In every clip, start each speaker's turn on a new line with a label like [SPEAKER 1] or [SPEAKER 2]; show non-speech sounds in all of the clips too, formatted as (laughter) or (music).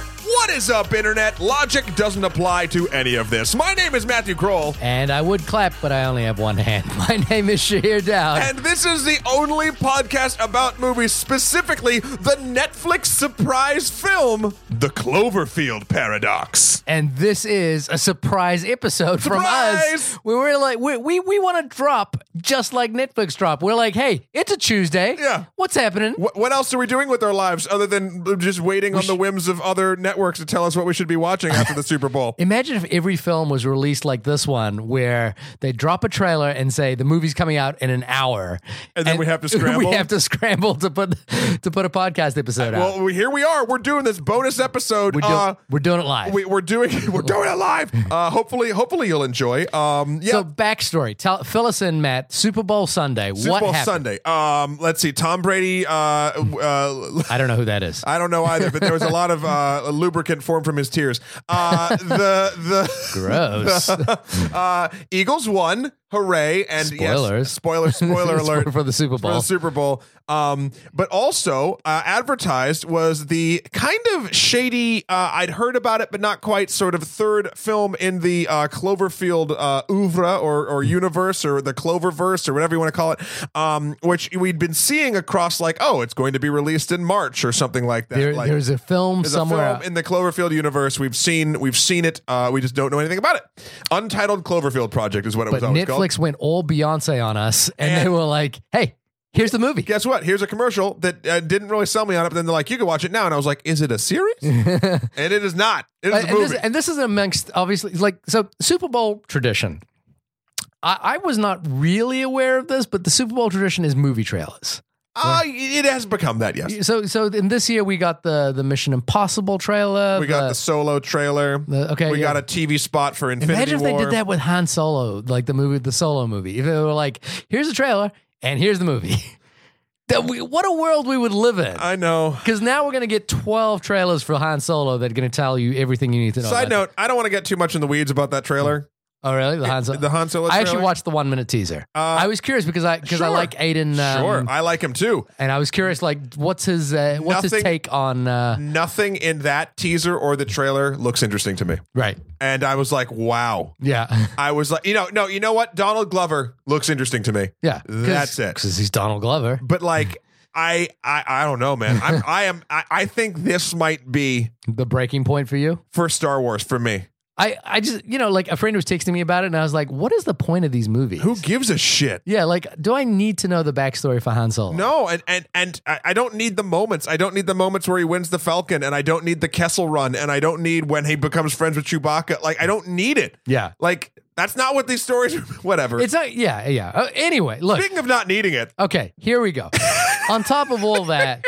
[SPEAKER 1] What's up, Internet? Logic doesn't apply to any of this. My name is Matthew Kroll,
[SPEAKER 2] And I would clap, but I only have one hand. (laughs) My name is Shahir Dowd.
[SPEAKER 1] and this is the only podcast about movies, specifically the Netflix surprise film, The Cloverfield Paradox.
[SPEAKER 2] and this is a surprise episode from us.
[SPEAKER 1] Surprise!
[SPEAKER 2] We were like, we we, we want to drop just like Netflix drop. We're like, hey, it's a Tuesday.
[SPEAKER 1] Yeah.
[SPEAKER 2] what's happening?
[SPEAKER 1] Wh- What else are we doing with our lives other than just waiting on the whims of other networks to tell us what we should be watching after the Super Bowl?
[SPEAKER 2] Imagine if every film was released like this one, where they drop a trailer and say the movie's coming out in an hour,
[SPEAKER 1] And then we have to scramble?
[SPEAKER 2] (laughs) We have to scramble to put to put a podcast episode out.
[SPEAKER 1] Well, we- here we are. We're doing this bonus episode.
[SPEAKER 2] We're, do-
[SPEAKER 1] uh,
[SPEAKER 2] we're doing it live.
[SPEAKER 1] we, we're doing (laughs) we're doing it live. Uh, hopefully, hopefully you'll enjoy. Um, yeah,
[SPEAKER 2] So backstory, tell fill us in, Matt. Super Bowl Sunday.
[SPEAKER 1] Super
[SPEAKER 2] what
[SPEAKER 1] Bowl
[SPEAKER 2] happened?
[SPEAKER 1] Sunday. Um, let's see. Tom Brady. Uh, uh, (laughs)
[SPEAKER 2] I don't know who that is.
[SPEAKER 1] I don't know either, but there was a lot of uh, lubricant formed from his tears. Uh, the the (laughs)
[SPEAKER 2] (laughs) Gross.
[SPEAKER 1] uh, Eagles won. Hooray! And
[SPEAKER 2] Spoilers.
[SPEAKER 1] yes, spoiler spoiler
[SPEAKER 2] (laughs) Spoiler
[SPEAKER 1] alert
[SPEAKER 2] for the Super
[SPEAKER 1] For
[SPEAKER 2] Bowl.
[SPEAKER 1] the Super Bowl. Um, but also uh, advertised was the kind of shady. Uh, I'd heard about it, but not quite. Sort of third film in the uh, Cloverfield uh, oeuvre or
[SPEAKER 2] Hmm.
[SPEAKER 1] or universe or the Cloververse or whatever you want to call it, um, which we'd been seeing across like, oh, it's going to be released in March or something like that.
[SPEAKER 2] There-
[SPEAKER 1] like,
[SPEAKER 2] there's a film
[SPEAKER 1] there's
[SPEAKER 2] somewhere.
[SPEAKER 1] a film in the Cloverfield universe. We've seen we've seen it. Uh, we just don't know anything about it. Untitled Cloverfield Project is what it
[SPEAKER 2] but
[SPEAKER 1] was always called.
[SPEAKER 2] Netflix went all Beyonce on us, and,
[SPEAKER 1] And-
[SPEAKER 2] they were like, "Hey, here's the movie."
[SPEAKER 1] guess what? Here's a commercial that uh, didn't really sell me on it, but then they're like, you can watch it now. And I was like, is it a series?
[SPEAKER 2] (laughs)
[SPEAKER 1] and it is not. It is
[SPEAKER 2] Uh, and,
[SPEAKER 1] a
[SPEAKER 2] and this,
[SPEAKER 1] movie.
[SPEAKER 2] and this is amongst obviously like so Super Bowl tradition. I, I was not really aware of this, but the Super Bowl tradition is movie trailers.
[SPEAKER 1] Ah, it has become that, yes.
[SPEAKER 2] So so in this year we got the the Mission Impossible trailer.
[SPEAKER 1] We got the solo trailer.
[SPEAKER 2] the- okay,
[SPEAKER 1] we
[SPEAKER 2] yeah.
[SPEAKER 1] got a TV spot for Infinity
[SPEAKER 2] Imagine if
[SPEAKER 1] War.
[SPEAKER 2] they did that with Han Solo, like the movie, the Solo movie. If they were like, "Here's the trailer and here's the movie," (laughs) that we, what a world we would live in.
[SPEAKER 1] I know.
[SPEAKER 2] Because now we're gonna get twelve trailers for Han Solo that are gonna tell you everything you need to know.
[SPEAKER 1] Side
[SPEAKER 2] about-
[SPEAKER 1] note, I don't want to get too much in the weeds about that trailer.
[SPEAKER 2] Oh really? The Han Solo.
[SPEAKER 1] The Han Solo
[SPEAKER 2] I
[SPEAKER 1] trailer. Uh,
[SPEAKER 2] actually watched the one minute teaser. I was curious because I because I
[SPEAKER 1] sure.
[SPEAKER 2] like Aiden. Um,
[SPEAKER 1] Sure, I like him too.
[SPEAKER 2] And I was curious, like, what's his uh, what's his
[SPEAKER 1] Nothing-
[SPEAKER 2] take on uh,
[SPEAKER 1] Nothing in that teaser or the trailer looks interesting to me.
[SPEAKER 2] right?
[SPEAKER 1] And I was like, wow.
[SPEAKER 2] Yeah, (laughs)
[SPEAKER 1] I was like, you know, no, you know what? Donald Glover looks interesting to me.
[SPEAKER 2] yeah.
[SPEAKER 1] That's it.
[SPEAKER 2] Because he's Donald Glover.
[SPEAKER 1] but
[SPEAKER 2] (laughs)
[SPEAKER 1] like I, I I don't know, man. I'm, I am I, I think this might be
[SPEAKER 2] The breaking point for you.
[SPEAKER 1] for Star Wars for me.
[SPEAKER 2] I, I just you know like a friend was texting me about it and I was like, what is the point of these movies?
[SPEAKER 1] Who gives a shit?
[SPEAKER 2] Yeah, like do I need to know the backstory for Han Solo?
[SPEAKER 1] No, and and and I I don't need the moments. I don't need the moments where he wins the Falcon, and I don't need the Kessel Run, and I don't need when he becomes friends with Chewbacca. Like I don't need it.
[SPEAKER 2] Yeah,
[SPEAKER 1] Like that's not what these stories. (laughs) Whatever.
[SPEAKER 2] it's not. Yeah, yeah. Uh, anyway, look.
[SPEAKER 1] Speaking of not needing it,
[SPEAKER 2] Okay, here
[SPEAKER 1] (laughs)
[SPEAKER 2] we go. On top of all that,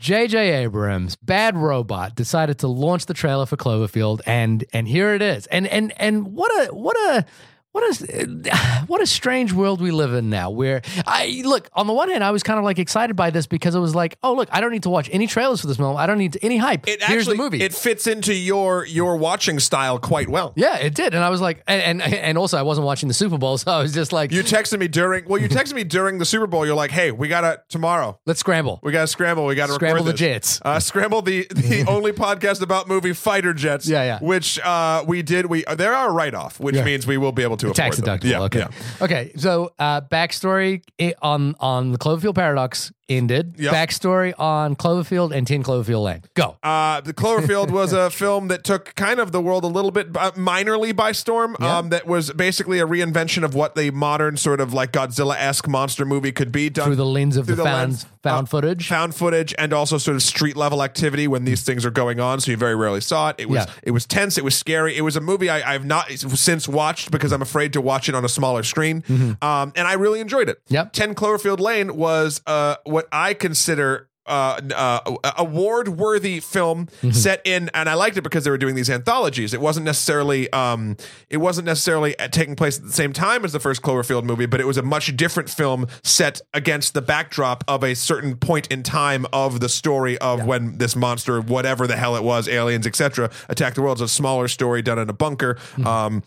[SPEAKER 2] J.J. Abrams, Bad Robot, decided to launch the trailer for Cloverfield, and and here it is. And and and what a what a what a (sighs) what a strange world we live in now. Where I look on the one hand, I was kind of like excited by this because it was like, oh look, I don't need to watch any trailers for this film. I don't need any hype.
[SPEAKER 1] it
[SPEAKER 2] Here's
[SPEAKER 1] actually
[SPEAKER 2] the movie.
[SPEAKER 1] it fits into your your watching style quite well.
[SPEAKER 2] yeah, it did, and I was like, and, and and also I wasn't watching the Super Bowl, so I was just like,
[SPEAKER 1] You texted me during
[SPEAKER 2] (laughs)
[SPEAKER 1] well, you texted me during the Super Bowl. You're like, hey, we gotta tomorrow.
[SPEAKER 2] let's scramble,
[SPEAKER 1] We gotta scramble. We gotta
[SPEAKER 2] scramble
[SPEAKER 1] record
[SPEAKER 2] the
[SPEAKER 1] this.
[SPEAKER 2] jets.
[SPEAKER 1] Uh, scramble
[SPEAKER 2] (laughs)
[SPEAKER 1] the the only podcast about movie fighter jets.
[SPEAKER 2] Yeah, yeah.
[SPEAKER 1] Which uh, we did. We they are a write off, which
[SPEAKER 2] Yeah.
[SPEAKER 1] means we will be able to afford
[SPEAKER 2] tax
[SPEAKER 1] them.
[SPEAKER 2] deductible. okay. Okay. So uh, backstory i- on on the Cloverfield paradox ended.
[SPEAKER 1] Yep.
[SPEAKER 2] Backstory on Cloverfield and Ten Cloverfield Lane. Go.
[SPEAKER 1] Uh, the
[SPEAKER 2] (laughs)
[SPEAKER 1] Cloverfield was a film that took kind of the world a little bit uh, minorly by storm.
[SPEAKER 2] Yeah.
[SPEAKER 1] Um, that was basically a reinvention of what the modern sort of like Godzilla esque monster movie could be done
[SPEAKER 2] Through the lens of
[SPEAKER 1] through
[SPEAKER 2] the,
[SPEAKER 1] the
[SPEAKER 2] found
[SPEAKER 1] lens-
[SPEAKER 2] found
[SPEAKER 1] uh,
[SPEAKER 2] footage.
[SPEAKER 1] found footage and also sort of street level activity when these things are going on so you very rarely saw it it was
[SPEAKER 2] Yeah.
[SPEAKER 1] it was tense it was scary it was a movie I, i've not since watched because i'm afraid to watch it on a smaller screen um, and i really enjoyed it
[SPEAKER 2] Mm-hmm. Yep.
[SPEAKER 1] 10 cloverfield lane was uh, what i consider uh, n- uh, award worthy film set in, and I liked it because they were doing these anthologies. It wasn't necessarily, um, it wasn't necessarily uh, taking place at the same time as the first Cloverfield movie, but it was a much different film set against the backdrop of a certain point in time of the story of when this monster, whatever the hell it was, aliens, etc., attacked the world. It's a smaller story done in a bunker. Um,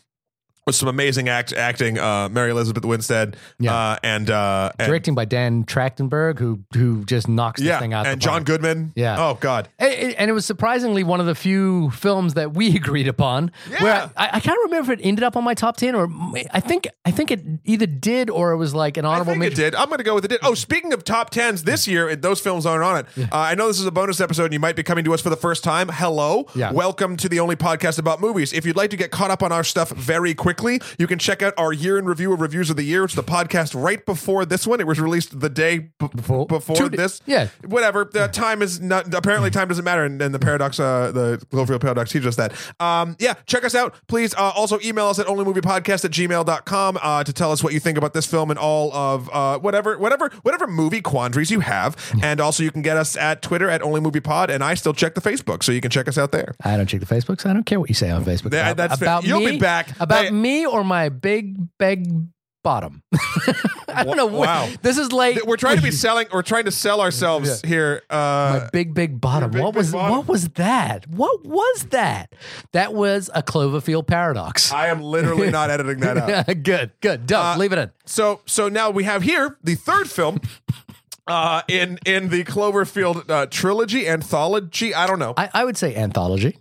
[SPEAKER 1] with some amazing act acting. Uh, Mary Elizabeth Winstead,
[SPEAKER 2] Yeah.
[SPEAKER 1] uh, and uh, and,
[SPEAKER 2] Directing by Dan Trachtenberg, who who just knocks this
[SPEAKER 1] yeah,
[SPEAKER 2] thing out.
[SPEAKER 1] and
[SPEAKER 2] the
[SPEAKER 1] John
[SPEAKER 2] park.
[SPEAKER 1] Goodman.
[SPEAKER 2] Yeah.
[SPEAKER 1] Oh God.
[SPEAKER 2] And- And and it was surprisingly one of the few films that we (laughs) agreed upon.
[SPEAKER 1] Yeah.
[SPEAKER 2] Where I, I can't remember if it ended up on my top ten, or m- I think I think it either did or it was like an
[SPEAKER 1] I
[SPEAKER 2] honorable
[SPEAKER 1] think it
[SPEAKER 2] mention.
[SPEAKER 1] did. I'm going to go with it. Did. Oh, speaking of top tens this year, it- those films aren't on it. Uh, I know this is a bonus episode, and you might be coming to us for the first time. Hello,
[SPEAKER 2] Yeah.
[SPEAKER 1] welcome to the only podcast about movies. If you'd like to get caught up on our stuff very quickly, you can check out our year in review of reviews of the year. It's the podcast right before this one. It was released the day b- before,
[SPEAKER 2] Before- two da-
[SPEAKER 1] this.
[SPEAKER 2] yeah.
[SPEAKER 1] whatever. The time is not apparently time doesn't matter, and, and the paradox, uh, the Glowfield paradox teaches us that. Um, yeah, check us out, please. Uh, also, email us at onlymoviepodcast at gmail.com uh, to tell us what you think about this film and all of uh, whatever, whatever, whatever movie quandaries you have.
[SPEAKER 2] (laughs)
[SPEAKER 1] And also, you can get us at Twitter at onlymoviepod, and I still check the Facebook, so you can check us out there.
[SPEAKER 2] I don't check the Facebooks. I don't care what you say on Facebook.
[SPEAKER 1] Yeah,
[SPEAKER 2] about,
[SPEAKER 1] that's fair.
[SPEAKER 2] about
[SPEAKER 1] You'll
[SPEAKER 2] me,
[SPEAKER 1] be back.
[SPEAKER 2] About
[SPEAKER 1] I-
[SPEAKER 2] me or my big big bottom. (laughs)
[SPEAKER 1] Wa-
[SPEAKER 2] I don't know. what-
[SPEAKER 1] wow.
[SPEAKER 2] This is like
[SPEAKER 1] We're trying to
[SPEAKER 2] (laughs)
[SPEAKER 1] be selling. We're trying to sell ourselves here. Uh,
[SPEAKER 2] my big big bottom.
[SPEAKER 1] big,
[SPEAKER 2] what
[SPEAKER 1] big
[SPEAKER 2] was
[SPEAKER 1] bottom.
[SPEAKER 2] what was that? What was that? That was a Cloverfield paradox.
[SPEAKER 1] I Uh, am
[SPEAKER 2] (laughs)
[SPEAKER 1] literally not editing that out.
[SPEAKER 2] good, good. Don't leave it in.
[SPEAKER 1] So so now we have here the third film uh, in in the Cloverfield uh, trilogy anthology. I don't know.
[SPEAKER 2] I, I would say anthology.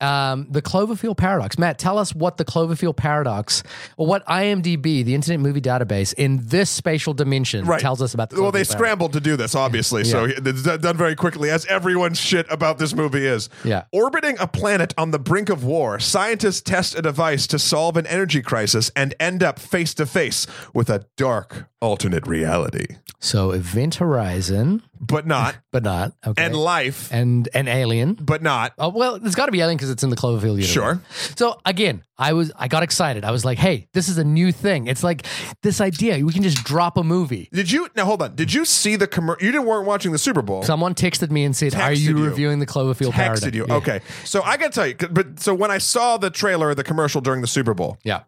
[SPEAKER 2] Um, the Cloverfield Paradox. Matt, tell us what the Cloverfield Paradox, or what IMDb, the Internet Movie Database, in this spatial dimension
[SPEAKER 1] Right.
[SPEAKER 2] tells us about the
[SPEAKER 1] well, they
[SPEAKER 2] Cloverfield Paradox.
[SPEAKER 1] scrambled to do this, obviously. So it's d- done very quickly, as everyone's shit about this movie is.
[SPEAKER 2] Yeah.
[SPEAKER 1] Orbiting a planet on the brink of war, scientists test a device to solve an energy crisis and end up face to face with a dark alternate reality,
[SPEAKER 2] So Event Horizon,
[SPEAKER 1] but not,
[SPEAKER 2] (laughs) but not. Okay.
[SPEAKER 1] and life,
[SPEAKER 2] and, and Alien.
[SPEAKER 1] but not.
[SPEAKER 2] Oh, well, it's got to be Alien because it's in the Cloverfield universe.
[SPEAKER 1] Sure.
[SPEAKER 2] So again, I was I got excited. I was like, "Hey, this is a new thing. It's like this idea. We can just drop a movie."
[SPEAKER 1] Did you now hold on? Did you see the commercial? You didn't weren't watching the Super Bowl.
[SPEAKER 2] Someone texted me and said, "Are
[SPEAKER 1] Texted
[SPEAKER 2] you,
[SPEAKER 1] you.
[SPEAKER 2] reviewing the Cloverfield Paradox?"
[SPEAKER 1] texted you.
[SPEAKER 2] Yeah.
[SPEAKER 1] Okay. So I got to tell you, 'cause- but so when I saw the trailer, the commercial during the Super Bowl,
[SPEAKER 2] Yeah.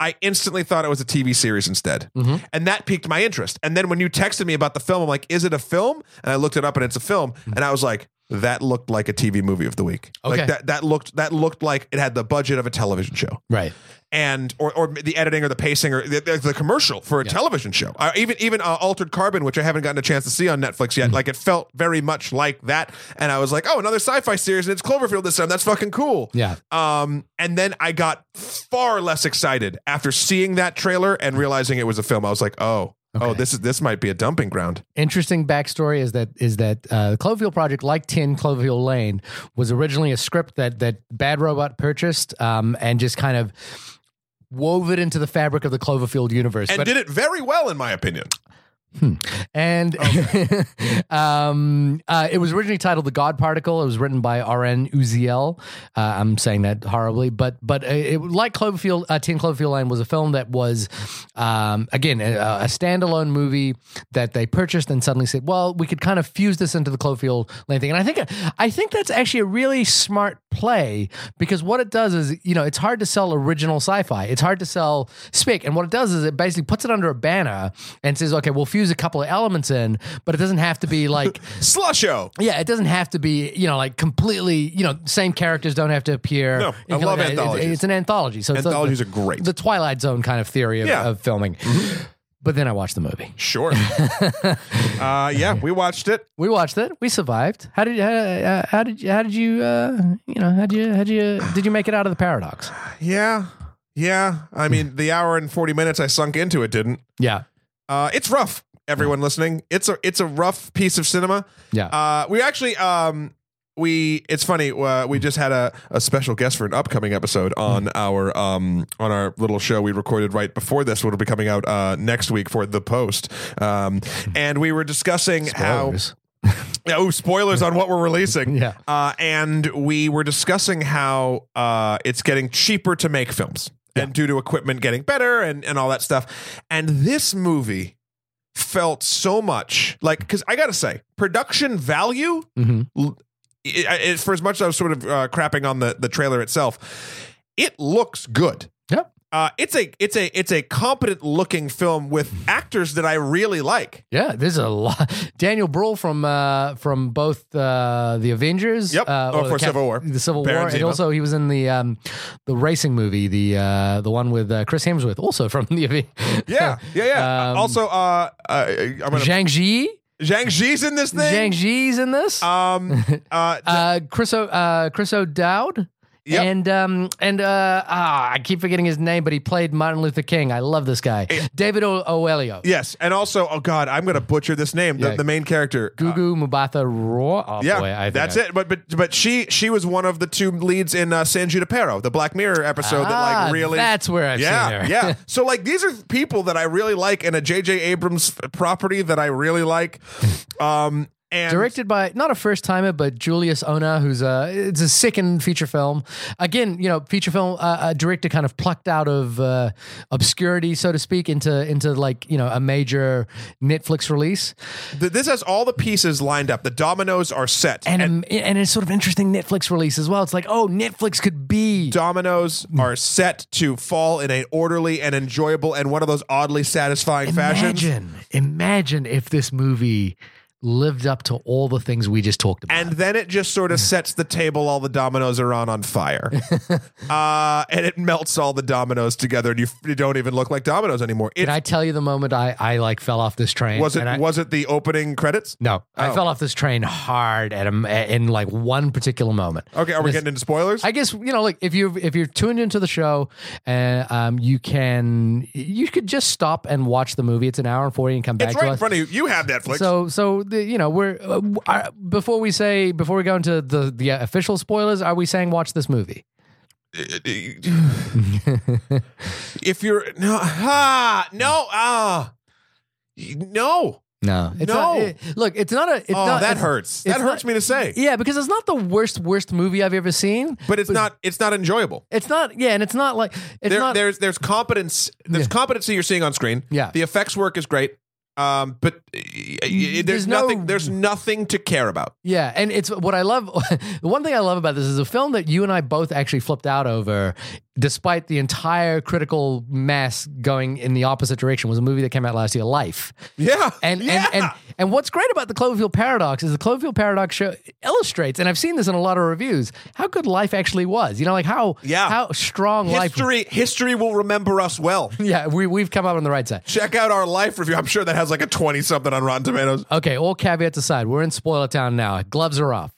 [SPEAKER 1] I instantly thought it was a TV series instead.
[SPEAKER 2] Mhm.
[SPEAKER 1] And that piqued my interest. And then when you texted me about the film, I'm like, is it a film? And I looked it up and it's a film. And I was like, that looked like a TV movie of the week. Like
[SPEAKER 2] Mm-hmm. Okay.
[SPEAKER 1] that, that looked that looked like it had the budget of a television show
[SPEAKER 2] Right.
[SPEAKER 1] and or, or the editing or the pacing or the, the, the commercial for a television show. Uh, even even uh, Altered Carbon, which I haven't gotten a chance to see on Netflix
[SPEAKER 2] Hmm.
[SPEAKER 1] yet, like it felt very much like that. And I was like, oh, another sci-fi series, and it's Cloverfield this time. That's fucking cool.
[SPEAKER 2] Yeah.
[SPEAKER 1] Um, and then I got far less excited after seeing that trailer and realizing it was a film. I was like, oh, oh,
[SPEAKER 2] Okay.
[SPEAKER 1] this is this might be a dumping ground.
[SPEAKER 2] interesting backstory is that is that uh, the Cloverfield Project, like Ten Cloverfield Lane, was originally a script that that Bad Robot purchased um, and just kind of wove it into the fabric of the Cloverfield universe.
[SPEAKER 1] And
[SPEAKER 2] But-
[SPEAKER 1] did it very well, in my opinion.
[SPEAKER 2] and
[SPEAKER 1] Oh,
[SPEAKER 2] (laughs) um, uh, it was originally titled "The God Particle." It was written by R.N. Uziel. Uh, I'm saying that horribly, but but uh, it, like Cloverfield, uh, Ten Cloverfield Lane was a film that was um, again a, a standalone movie that they purchased and suddenly said, "Well, we could kind of fuse this into the Cloverfield Lane thing." And I think I think that's actually a really smart play because what it does is you know it's hard to sell original sci-fi. It's hard to sell Spick, and what it does is it basically puts it under a banner and says, "Okay, we'll fuse a couple of elements in, but it doesn't have to
[SPEAKER 1] (laughs)
[SPEAKER 2] be like."
[SPEAKER 1] Slusho.
[SPEAKER 2] Yeah, it doesn't have to be, you know, like completely, you know, same characters don't have to appear.
[SPEAKER 1] No, I love
[SPEAKER 2] It- it-
[SPEAKER 1] anthologies.
[SPEAKER 2] It's an anthology. So it's like
[SPEAKER 1] Anthologies
[SPEAKER 2] the-
[SPEAKER 1] are great.
[SPEAKER 2] The Twilight Zone kind of theory of,
[SPEAKER 1] Yeah. Mm-hmm.
[SPEAKER 2] of filming. But then I watched the movie.
[SPEAKER 1] Sure.
[SPEAKER 2] (laughs)
[SPEAKER 1] uh, yeah, we watched it.
[SPEAKER 2] We watched it. We survived. How did how, uh, how did you how did you uh, you know how did you how did you did you make it out of the paradox?
[SPEAKER 1] Yeah. Yeah. I mean, the hour and 40 minutes I sunk into it didn't.
[SPEAKER 2] Yeah,
[SPEAKER 1] Uh, it's rough, everyone listening. It's a it's a rough piece of cinema.
[SPEAKER 2] yeah.
[SPEAKER 1] Uh, we actually um we it's funny uh, we just had a, a special guest for an upcoming episode on our um on our little show we recorded right before this what'll be coming out uh next week for the post um and we were discussing
[SPEAKER 2] Spoilers.
[SPEAKER 1] how oh spoilers on what we're releasing
[SPEAKER 2] (laughs) Yeah.
[SPEAKER 1] uh, and we were discussing how uh, it's getting cheaper to make films and due to equipment getting better and, and all that stuff. And this movie felt so much like, because I got to say, production value,
[SPEAKER 2] Mhm.
[SPEAKER 1] l- it, it- for as much as I was sort of uh, crapping on the, the trailer itself, it looks good.
[SPEAKER 2] Yep.
[SPEAKER 1] Uh, it's a it's a it's a competent looking film with actors that I really like.
[SPEAKER 2] Yeah, there's a lot. Daniel Bruhl from uh, from both uh, the Avengers,
[SPEAKER 1] Yep,
[SPEAKER 2] uh,
[SPEAKER 1] or
[SPEAKER 2] the
[SPEAKER 1] for Civil War.
[SPEAKER 2] the Civil
[SPEAKER 1] Baron
[SPEAKER 2] War, and
[SPEAKER 1] Zemo.
[SPEAKER 2] also he was in the um, the racing movie, the uh, the one with uh, Chris Hemsworth, also from (laughs) the Avengers. (laughs)
[SPEAKER 1] Yeah, yeah, yeah.
[SPEAKER 2] Um,
[SPEAKER 1] also, uh, uh, I'm gonna
[SPEAKER 2] Zhang Ji,
[SPEAKER 1] Zhang Ji's in this
[SPEAKER 2] Zhang
[SPEAKER 1] thing.
[SPEAKER 2] Ji's in this.
[SPEAKER 1] Um,
[SPEAKER 2] (laughs)
[SPEAKER 1] uh,
[SPEAKER 2] uh, Chris o, uh, Chris O'Dowd.
[SPEAKER 1] Yep.
[SPEAKER 2] And um and uh ah, I keep forgetting his name, but he played Martin Luther King. I love this guy, David o- Oelio.
[SPEAKER 1] yes, and also, oh god, I'm gonna butcher this name. The,
[SPEAKER 2] Yeah.
[SPEAKER 1] the main character,
[SPEAKER 2] Gugu Mbatha Raw. Oh,
[SPEAKER 1] Yeah,
[SPEAKER 2] boy, I think
[SPEAKER 1] that's
[SPEAKER 2] I-
[SPEAKER 1] it. But but but she she was one of the two leads in uh, San Junipero, the Black Mirror episode that
[SPEAKER 2] Ah,
[SPEAKER 1] like really.
[SPEAKER 2] That's where I've seen
[SPEAKER 1] yeah,
[SPEAKER 2] her. (laughs)
[SPEAKER 1] yeah. So like these are people that I really like, and a J.J. Abrams property that I really
[SPEAKER 2] (laughs)
[SPEAKER 1] like. Um, and
[SPEAKER 2] Directed by not a first timer, but Julius Ona, who's a it's a second feature film. Again, you know, feature film uh, a director kind of plucked out of uh, obscurity, so to speak, into into like you know a major Netflix release.
[SPEAKER 1] th- this has all the pieces lined up. The dominoes are set,
[SPEAKER 2] and and, and it's sort of interesting Netflix release as well. It's like, oh, Netflix could be
[SPEAKER 1] dominoes are set to fall in an orderly and enjoyable and one of those oddly satisfying fashions.
[SPEAKER 2] imagine, imagine if this movie lived up to all the things we just talked about.
[SPEAKER 1] and then it just sort of sets the table all the dominoes are on on
[SPEAKER 2] (laughs)
[SPEAKER 1] fire uh, and it melts all the dominoes together and you, f- you don't even look like dominoes anymore it
[SPEAKER 2] Can I tell you the moment I I like fell off this train?
[SPEAKER 1] was it
[SPEAKER 2] and I-
[SPEAKER 1] was it the opening credits
[SPEAKER 2] no, I
[SPEAKER 1] Oh.
[SPEAKER 2] fell off this train hard at a, in like one particular moment.
[SPEAKER 1] okay are we getting into spoilers
[SPEAKER 2] I guess you know, like if you if you're tuned into the show, and um, you can you could just stop and watch the movie. It's an hour and forty, and come back
[SPEAKER 1] it's
[SPEAKER 2] to
[SPEAKER 1] right in
[SPEAKER 2] us.
[SPEAKER 1] front of you you have netflix
[SPEAKER 2] So, so the, you know, we're uh, w- are, before we say before we go into the the uh, official spoilers, are we saying watch this movie?
[SPEAKER 1] (laughs) if you're no ha no ah no
[SPEAKER 2] No, it's
[SPEAKER 1] No.
[SPEAKER 2] Not, it- look, it's not a. It's
[SPEAKER 1] oh
[SPEAKER 2] not,
[SPEAKER 1] that
[SPEAKER 2] it's-
[SPEAKER 1] hurts that
[SPEAKER 2] it's
[SPEAKER 1] hurts
[SPEAKER 2] not-
[SPEAKER 1] me to say
[SPEAKER 2] Yeah, because it's not the worst worst movie I've ever seen.
[SPEAKER 1] but it's not it's not enjoyable
[SPEAKER 2] It's not. Yeah, and it's not like it's
[SPEAKER 1] there,
[SPEAKER 2] not.
[SPEAKER 1] there's there's competence there's competency you're seeing on screen.
[SPEAKER 2] Yeah.
[SPEAKER 1] the effects work is great, um, but uh, y- y- there's,
[SPEAKER 2] There's no-
[SPEAKER 1] nothing there's nothing to care about.
[SPEAKER 2] Yeah, and it's what I love. (laughs) The one thing I love about this is a film that you and I both actually flipped out over, despite the entire critical mass going in the opposite direction. Was a movie that came out last year, Life.
[SPEAKER 1] Yeah,
[SPEAKER 2] And,
[SPEAKER 1] yeah.
[SPEAKER 2] and and and what's great about the Cloverfield paradox is the Cloverfield paradox show illustrates, and I've seen this in a lot of reviews, how good life actually was. You know, like how
[SPEAKER 1] Yeah.
[SPEAKER 2] how strong life.
[SPEAKER 1] history history will remember us well.
[SPEAKER 2] Yeah, we we've come out on the right side.
[SPEAKER 1] Check out our life review. I'm sure that has like a twenty something on Rotten Tomatoes.
[SPEAKER 2] Okay, all caveats aside, we're in spoiler town now. Gloves are off.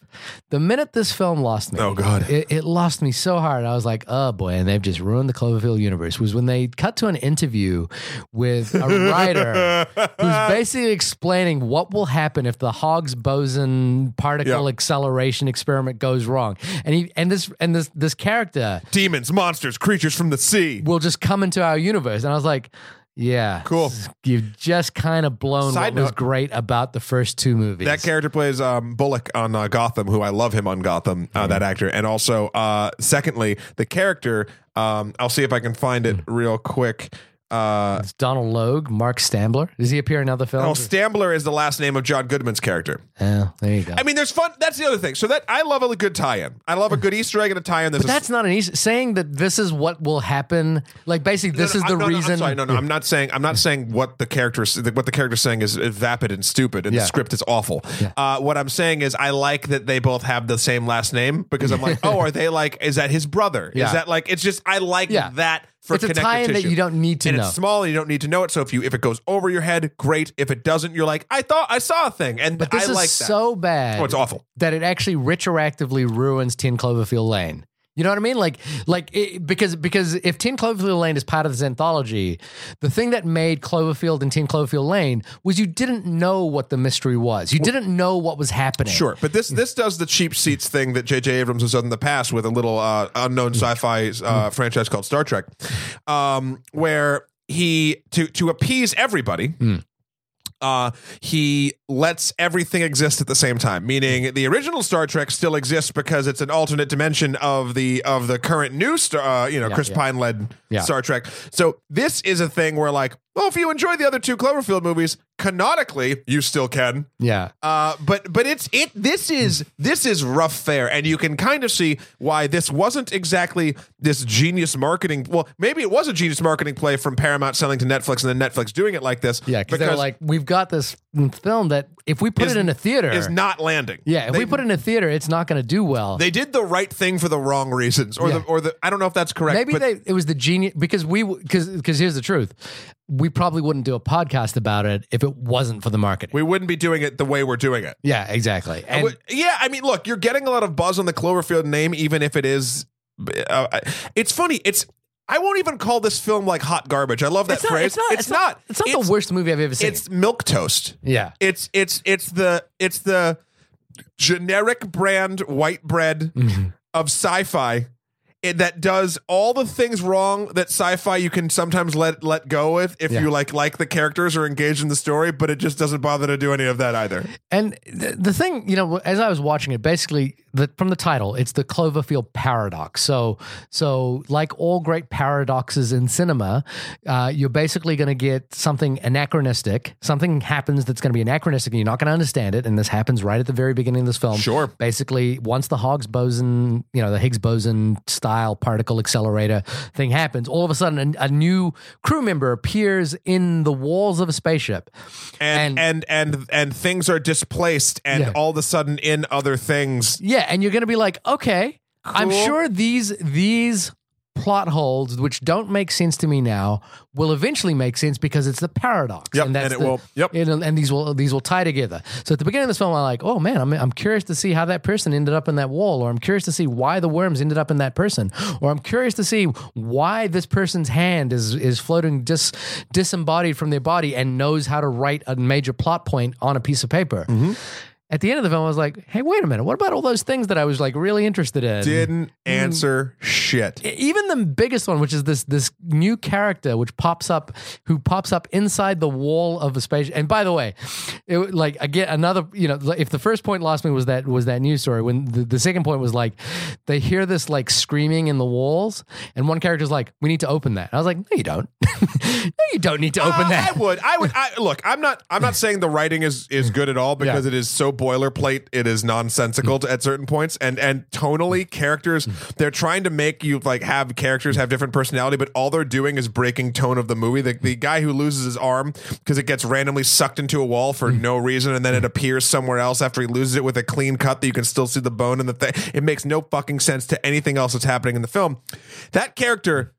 [SPEAKER 2] The minute this film lost me,
[SPEAKER 1] Oh, God.
[SPEAKER 2] it, it lost me so hard. I was like, oh boy, and they've just ruined the Cloverfield universe. Was when they cut to an interview with a writer who's
[SPEAKER 1] (laughs)
[SPEAKER 2] basically explaining what will happen if the Higgs boson particle
[SPEAKER 1] Yeah.
[SPEAKER 2] acceleration experiment goes wrong, and he and this and this this character
[SPEAKER 1] Demons, monsters, creatures from the sea.
[SPEAKER 2] will just come into our universe, and I was like. Yeah.
[SPEAKER 1] Cool.
[SPEAKER 2] You've just kind of blown
[SPEAKER 1] Side
[SPEAKER 2] what was
[SPEAKER 1] note.
[SPEAKER 2] great about the first two movies.
[SPEAKER 1] That character plays um, Bullock on uh, Gotham, who I love him on Gotham, uh, that actor. And also, uh, secondly, the character, um, I'll see if I can find it real quick. Uh,
[SPEAKER 2] It's Donald Logue, Mark Stambler. Does he appear in other
[SPEAKER 1] Oh,
[SPEAKER 2] films?
[SPEAKER 1] Stambler is the last name of John Goodman's character.
[SPEAKER 2] yeah, there you go.
[SPEAKER 1] I mean, there's fun. That's the other thing. So that I love a good tie-in. I love a good Easter egg and a tie-in. This
[SPEAKER 2] but that's not an easy saying that this is what will happen. Like basically, this
[SPEAKER 1] no,
[SPEAKER 2] is
[SPEAKER 1] no,
[SPEAKER 2] the
[SPEAKER 1] no, no,
[SPEAKER 2] reason.
[SPEAKER 1] I'm sorry, no, no, I'm not saying. I'm not saying what the character is- what the character's saying is vapid and stupid, and
[SPEAKER 2] Yeah.
[SPEAKER 1] the script is awful.
[SPEAKER 2] Yeah.
[SPEAKER 1] Uh, what I'm saying is, I like that they both have the same last name because I'm
[SPEAKER 2] (laughs)
[SPEAKER 1] like, oh, are they like? Is that his brother?
[SPEAKER 2] Yeah.
[SPEAKER 1] Is that like? It's just I like
[SPEAKER 2] Yeah.
[SPEAKER 1] that for
[SPEAKER 2] It's a
[SPEAKER 1] connective
[SPEAKER 2] tie-in that
[SPEAKER 1] tissue.
[SPEAKER 2] you don't need to
[SPEAKER 1] and
[SPEAKER 2] know.
[SPEAKER 1] It's small and you don't need to know it. So if you if it goes over your head, great. If it doesn't, you're like, I thought I saw a thing, and
[SPEAKER 2] But this
[SPEAKER 1] I
[SPEAKER 2] is
[SPEAKER 1] like that.
[SPEAKER 2] so bad
[SPEAKER 1] oh, it's awful.
[SPEAKER 2] that it actually retroactively ruins Ten Cloverfield Lane. You know what I mean? Like, like it, because because if Ten Cloverfield Lane is part of this anthology, the thing that made Cloverfield and Ten Cloverfield Lane was you didn't know what the mystery was. You didn't know what was happening.
[SPEAKER 1] Sure, but this this does the cheap seats thing that J.J. Abrams has done in the past with a little uh, unknown
[SPEAKER 2] Mm.
[SPEAKER 1] sci-fi uh, franchise called Star Trek, um, where he to to appease everybody.
[SPEAKER 2] Mm.
[SPEAKER 1] Uh, he lets everything exist at the same time. Meaning, the original Star Trek still exists because it's an alternate dimension of the of the current new star. Uh, you know,
[SPEAKER 2] Yeah,
[SPEAKER 1] Chris
[SPEAKER 2] yeah.
[SPEAKER 1] Pine led
[SPEAKER 2] Yeah.
[SPEAKER 1] Star Trek. So this is a thing where like well, if you enjoy the other two Cloverfield movies, canonically, you still can.
[SPEAKER 2] Yeah.
[SPEAKER 1] Uh, but but it's it this is this is rough fare, and you can kind of see why this wasn't exactly this genius marketing. Well, maybe it was a genius marketing play from Paramount selling to Netflix, and then Netflix doing it like this.
[SPEAKER 2] Yeah, because they're like, we've got this film that if we put
[SPEAKER 1] Is-
[SPEAKER 2] it in a theater,
[SPEAKER 1] is not landing.
[SPEAKER 2] yeah, if
[SPEAKER 1] They-
[SPEAKER 2] we put it in a theater, it's not going to do well.
[SPEAKER 1] they did the right thing for the wrong reasons, or
[SPEAKER 2] Yeah.
[SPEAKER 1] the or the I don't know if that's correct.
[SPEAKER 2] Maybe
[SPEAKER 1] but
[SPEAKER 2] they it was the genius because we because because here's the truth, we probably wouldn't do a podcast about it if it wasn't for the marketing.
[SPEAKER 1] we wouldn't be doing it the way we're doing it.
[SPEAKER 2] yeah, exactly. And
[SPEAKER 1] Well, yeah, I mean, look, you're getting a lot of buzz on the Cloverfield name, even if it is. Uh, I- it's funny. It's I won't even call this film like hot garbage. I love that
[SPEAKER 2] it's not,
[SPEAKER 1] phrase.
[SPEAKER 2] it's not. It's, not. It's not the worst movie I've ever seen.
[SPEAKER 1] It's milk toast.
[SPEAKER 2] yeah,
[SPEAKER 1] It's it's it's the it's the generic brand white bread
[SPEAKER 2] Mm-hmm.
[SPEAKER 1] of sci-fi it, that does all the things wrong that sci-fi you can sometimes let let go with if
[SPEAKER 2] Yeah.
[SPEAKER 1] you like like the characters or engage in the story, but it just doesn't bother to do any of that either.
[SPEAKER 2] and the, the thing you know, as I was watching it, basically the, from the title, it's the Cloverfield paradox. So so like all great paradoxes in cinema, uh, you're basically going to get something anachronistic. Something happens that's going to be anachronistic, and you're not going to understand it. And this happens right at the very beginning of this film.
[SPEAKER 1] Sure.
[SPEAKER 2] basically once the Higgs boson, you know, the Higgs boson style particle accelerator thing happens, all of a sudden a, a new crew member appears in the walls of a spaceship.
[SPEAKER 1] and and and and, things are displaced and
[SPEAKER 2] Yeah.
[SPEAKER 1] all of a sudden in other things
[SPEAKER 2] Yeah, and you're going to be like, "Okay, I'm
[SPEAKER 1] Cool.
[SPEAKER 2] sure these these plot holes which don't make sense to me now will eventually make sense because it's the paradox
[SPEAKER 1] Yep, and it will- yep.
[SPEAKER 2] it'll- and these will these will tie together so at the beginning of this film i'm like oh man I'm, I'm curious to see how that person ended up in that wall or i'm curious to see why the worms ended up in that person or i'm curious to see why this person's hand is is floating dis, disembodied from their body and knows how to write a major plot point on a piece of paper at the end of the film i was like hey wait a minute what about all those things that i was like really interested in
[SPEAKER 1] didn't answer shit
[SPEAKER 2] even the biggest one, which is this this new character which pops up, who pops up inside the wall of a space. And by the way, it, was- like again, another you know, like, if the first point lost me was that was that news story. When the, the second point was like, they hear this like screaming in the walls, and one character's like, "We need to open that." And I was like, "No, you don't. (laughs) no, you don't need to open
[SPEAKER 1] Uh,
[SPEAKER 2] that."
[SPEAKER 1] I would. I would. I, look, I'm not. I'm not saying the writing is is good at all because
[SPEAKER 2] Yeah.
[SPEAKER 1] it is so boilerplate. It is nonsensical to, at certain points, and and tonally, characters they're trying to make you like have characters have different personality, but all they're doing is breaking tone of the movie. The, the guy who loses his arm because it gets randomly sucked into a wall for no reason, and then it appears somewhere else after he loses it with a clean cut that you can still see the bone and the thing. It makes no fucking sense to anything else that's happening in the film. That character.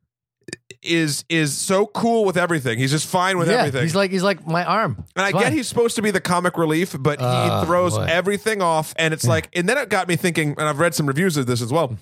[SPEAKER 1] Is is so cool with everything. He's just fine with
[SPEAKER 2] yeah,
[SPEAKER 1] everything.
[SPEAKER 2] he's like he's like my arm.
[SPEAKER 1] And I
[SPEAKER 2] It's
[SPEAKER 1] get
[SPEAKER 2] fine.
[SPEAKER 1] he's supposed to be the comic relief, but
[SPEAKER 2] Oh,
[SPEAKER 1] he throws
[SPEAKER 2] boy.
[SPEAKER 1] everything off. And it's like, and then it got me thinking, and I've read some reviews of this as well.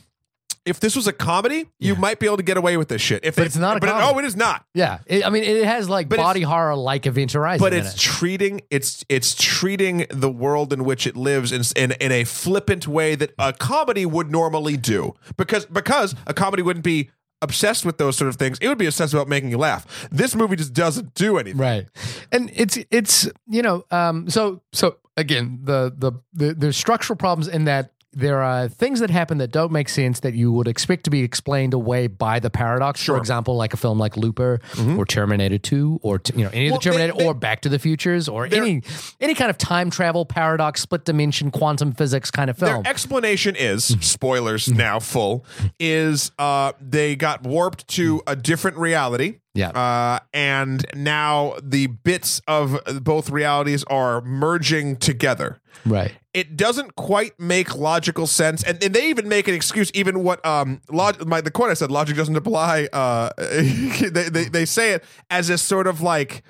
[SPEAKER 1] If this was a comedy, you might be able to get away with this shit. If
[SPEAKER 2] But it's not a
[SPEAKER 1] but it-
[SPEAKER 2] comedy.
[SPEAKER 1] oh, it is not.
[SPEAKER 2] yeah. It- I mean, it has like
[SPEAKER 1] But it's-
[SPEAKER 2] body horror like Event Horizon.
[SPEAKER 1] But
[SPEAKER 2] in
[SPEAKER 1] it's
[SPEAKER 2] it.
[SPEAKER 1] treating it's it's treating the world in which it lives in, in in a flippant way that a comedy would normally do because because a comedy wouldn't be obsessed with those sort of things. It would be obsessed about making you laugh. This movie just doesn't do anything.
[SPEAKER 2] right and it's it's you know um so so again the the, the there's structural problems in that there are things that happen that don't make sense that you would expect to be explained away by the paradox. For example, like a film like Looper or Terminator Two, or t- you know any
[SPEAKER 1] Mm-hmm.
[SPEAKER 2] of
[SPEAKER 1] Well,
[SPEAKER 2] the
[SPEAKER 1] they-
[SPEAKER 2] Terminator
[SPEAKER 1] they-
[SPEAKER 2] or Back to the Futures or any any kind of time travel paradox, split dimension, quantum physics kind of film. Mm-hmm.
[SPEAKER 1] Their explanation is spoilers now full is uh they got warped to a different reality.
[SPEAKER 2] Mm-hmm. Yeah.
[SPEAKER 1] Uh and now the bits of both realities are merging together.
[SPEAKER 2] right.
[SPEAKER 1] It doesn't quite make logical sense, and, and they even make an excuse. Even what um, log- my, the quote I said, "Logic doesn't apply." Uh, (laughs) they, they they say it as this sort of like